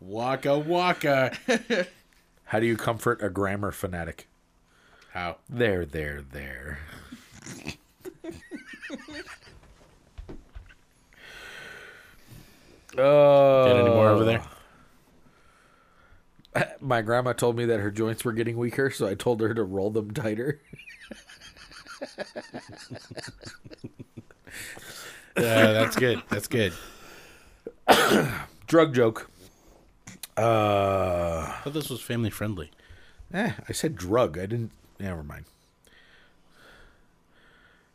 Waka waka. How do you comfort a grammar fanatic? How? There, there, there. Oh, [LAUGHS] Get any more over there? my grandma told me that her joints were getting weaker, so I told her to roll them tighter. [LAUGHS] [LAUGHS] Yeah, that's good. That's good. Drug joke. Uh, I thought this was family friendly. Eh, I said drug. I didn't. Never mind.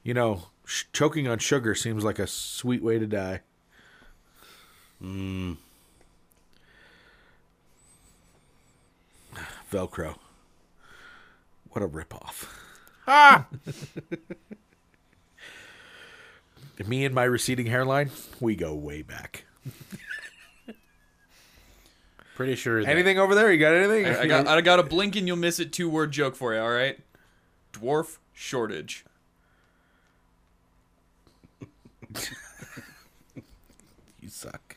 You know, sh- choking on sugar seems like a sweet way to die. Mm. Mmm. [SIGHS] Velcro. What a ripoff. Ah! [LAUGHS] Me and my receding hairline, we go way back. Pretty sure. That, Anything over there? You got anything? I got I got a blink and you'll miss it two word joke for you. All right, dwarf shortage. you suck.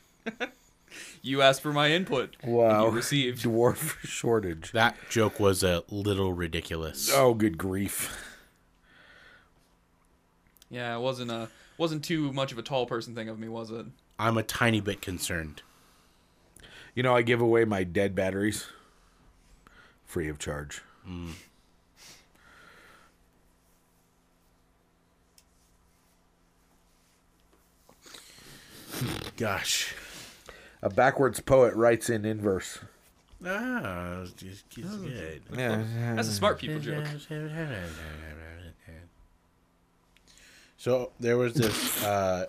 You asked for my input. and Wow. you [LAUGHS] received. Dwarf shortage. That joke was a little ridiculous. Oh, good grief. Yeah, it wasn't a wasn't too much of a tall person thing of me, was it? I'm a tiny bit concerned. You know, I give away my dead batteries free of charge. Gosh. A backwards poet writes in inverse. Ah, it's just- it's good. Yeah. That's a smart people joke. [LAUGHS] So there was this uh,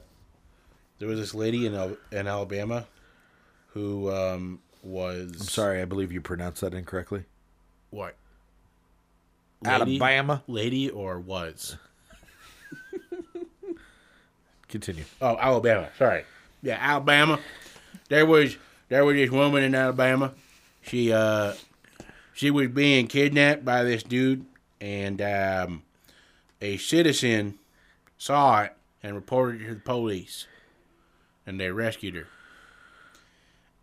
there was this lady in Al- in Alabama who um, was I'm sorry, I believe you pronounced that incorrectly. what lady, Alabama. lady or was Continue. oh Alabama sorry yeah Alabama there was there was this woman in Alabama she uh she was being kidnapped by this dude and um, a citizen saw it and reported it to the police and they rescued her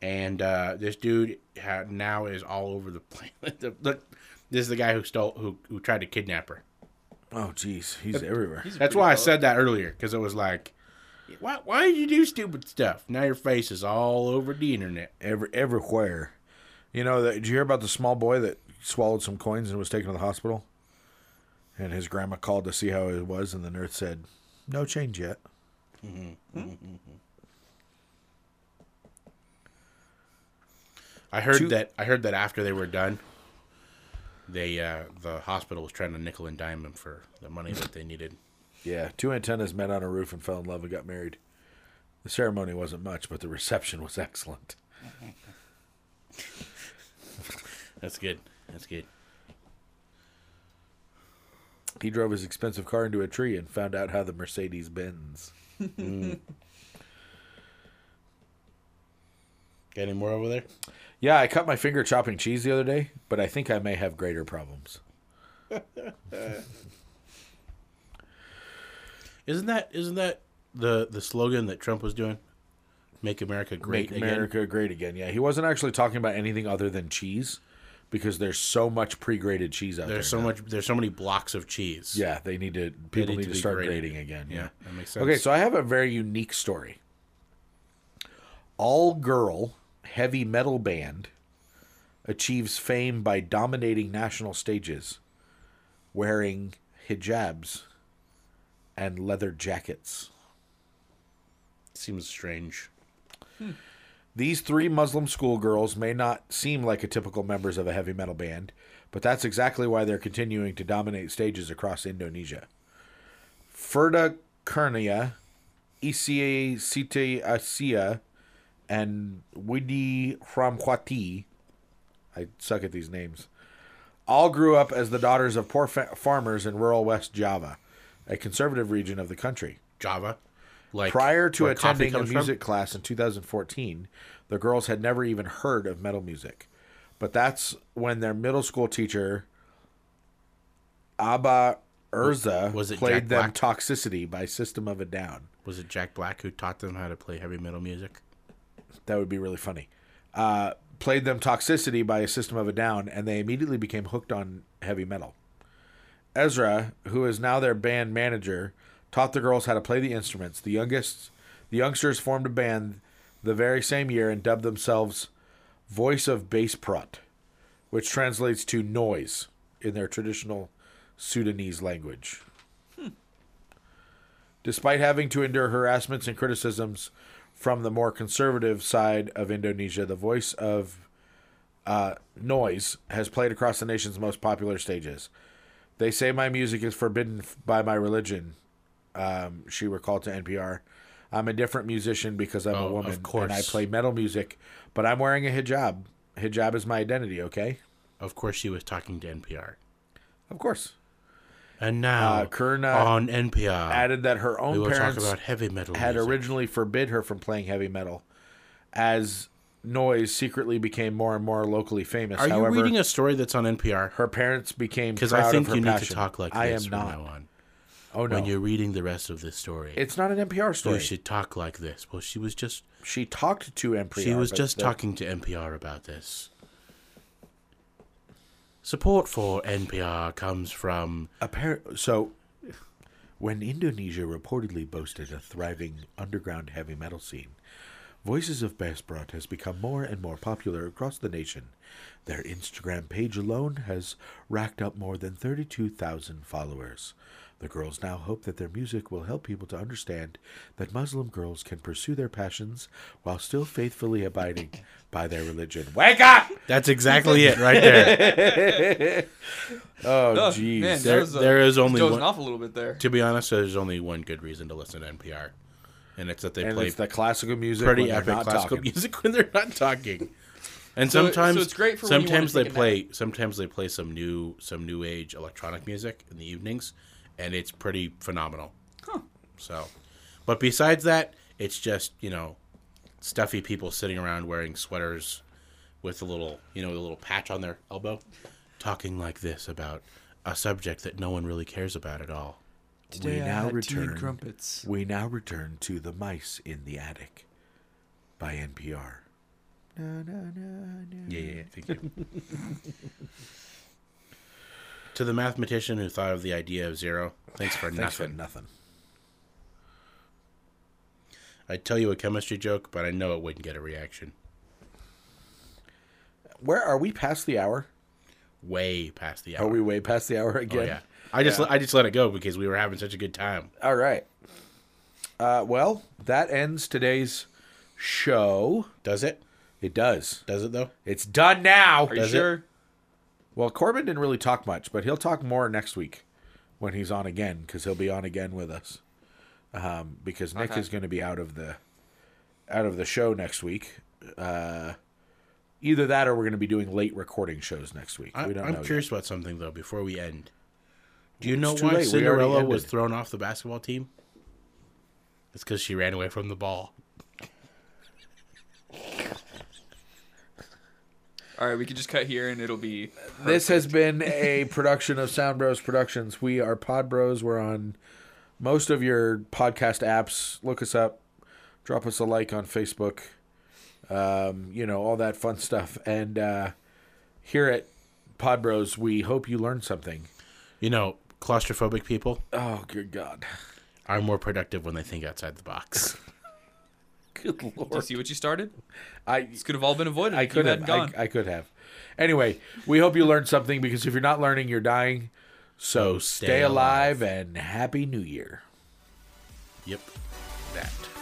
and uh, this dude ha- now is all over the [LAUGHS] planet The- look this is the guy who stole who, who tried to kidnap her Oh, jeez. He's everywhere. He's a That's pretty why I fellow. said that earlier because it was like, why why did you do stupid stuff? Now your face is all over the internet. Every, everywhere. You know, that, did you hear about the small boy that swallowed some coins and was taken to the hospital? And his grandma called to see how it was, and the nurse said, no change yet. I heard Two- that I heard that after they were done, they uh, the hospital was trying to nickel and dime them for the money that they needed. Yeah, two antennas met on a roof and fell in love and got married. The ceremony wasn't much, but the reception was excellent. That's good. That's good. He drove his expensive car into a tree and found out how the Mercedes bends. Got any more over there? Yeah, I cut my finger chopping cheese the other day, but I think I may have greater problems. Isn't that isn't that the the slogan that Trump was doing? Make America great Make again. America great again. Yeah, he wasn't actually talking about anything other than cheese because there's so much pre-grated cheese out there. There's so now. much. There's so many blocks of cheese. Yeah, they need to people need, need to to, be start graded. grading again. yeah, Yeah. that makes sense. Okay, so I have a very unique story. All girl heavy metal band achieves fame by dominating national stages, wearing hijabs and leather jackets. seems strange. These three Muslim schoolgirls may not seem like a typical members of a heavy metal band, but that's exactly why they're continuing to dominate stages across Indonesia. Ferda Kurnia, E Isia Siti Asia, and Widi Ramkwati, I suck at these names, all grew up as the daughters of poor fa- farmers in rural West Java, a conservative region of the country. Java, like Prior to where coffee attending a comes from? music class in 2014, the girls had never even heard of metal music. But that's when their middle school teacher, Abba Urza, Was it played Jack them Black? Toxicity by System of a Down. Was it Jack Black who taught them how to play heavy metal music? That would be really funny. Uh, played them Toxicity by a System of a Down, and they immediately became hooked on heavy metal. Ezra, who is now their band manager, taught the girls how to play the instruments. The youngest, the youngsters formed a band the very same year and dubbed themselves Voice of Bass Prut, which translates to noise in their traditional Sudanese language. Despite having to endure harassments and criticisms from the more conservative side of Indonesia, the voice of uh, noise has played across the nation's most popular stages. They say my music is forbidden f- by my religion, um, she recalled to NPR. I'm a different musician because I'm Oh, a of woman and I course. play metal music, but I'm wearing a hijab. Hijab is my identity, okay? Of course, she was talking to NPR. Of course. And now Uh, Kurna on NPR, Added that her we own will talk parents about heavy metal. had music. originally forbid her from playing heavy metal, as noise secretly became more and more locally famous. Are However, you reading a story that's on NPR? her parents became Because proud I think of her you passion. need to talk like I this am from not. now on. Oh no, When you're reading the rest of this story, it's not an NPR story. you should talk like this. Well, she was just she talked to NPR. she was but just the- talking to NPR about this. Support for NPR comes from Appar- so, when Indonesia reportedly boasted a thriving underground heavy metal scene, Voices of Bassbrot has become more and more popular across the nation. Their Instagram page alone has racked up more than 32,000 followers. The girls now hope that their music will help people to understand that Muslim girls can pursue their passions while still faithfully abiding by their religion. Wake up! [LAUGHS] That's exactly it right there. Oh, Oh, jeez. man, that There- was, uh, there is only dozing one- off a little bit there. to be honest, there's only one good reason to listen to NPR, and it's that they and play it's the classical music. pretty when they're epic not classical talking. music when they're not talking. [LAUGHS] And So- so sometimes it's great for when you wanna sometimes they take a play sometimes they play some new some new age electronic music in the evenings and it's pretty phenomenal. So but besides that, it's just, you know, stuffy people sitting around wearing sweaters with a little, you know, a little patch on their elbow talking like this about a subject that no one really cares about at all. we I now had tea and return. crumpets. We now return to the mice in the attic, by NPR. Na, na, na, na. Yeah, yeah, yeah. Thank you. [LAUGHS] to the mathematician who thought of the idea of zero, thanks for Thanks nothing. for nothing. I'd tell you a chemistry joke, but I know it wouldn't get a reaction. Where are we? Past the hour? Way past the hour. Are we way past the hour Oh, again? yeah. I just I just let it go because we were having such a good time. All right. Uh, well, that ends today's show. Does it? It does. Does it though? It's done now. Are you sure? Well, Corbin didn't really talk much, but he'll talk more next week when he's on again because he'll be on again with us. Um, because Nick Okay. is going to be out of the out of the show next week. Uh, either that, or we're going to be doing late recording shows next week. I, we don't I'm know. yet. curious about something though before we end. Do you know too why late. We already Cinderella ended. was thrown off the basketball team? It's because she ran away from the ball. All right, we can just cut here and it'll be. This has been [LAUGHS] a production of Sound Bros Productions. We are Pod Bros. We're on most of your podcast apps. Look us up. Drop us a like on Facebook. Um, you know, all that fun stuff. And uh, here at Pod Bros, we hope you learned something. You know, claustrophobic people Oh, good God. are more productive when they think outside the box. [LAUGHS] Good Do you Lord. see what you started? I, This could have all been avoided. I if could you hadn't have. I, gone. I could have. Anyway, we hope you learned something because if you're not learning, you're dying. So stay stay alive and Happy New Year. Yep. That.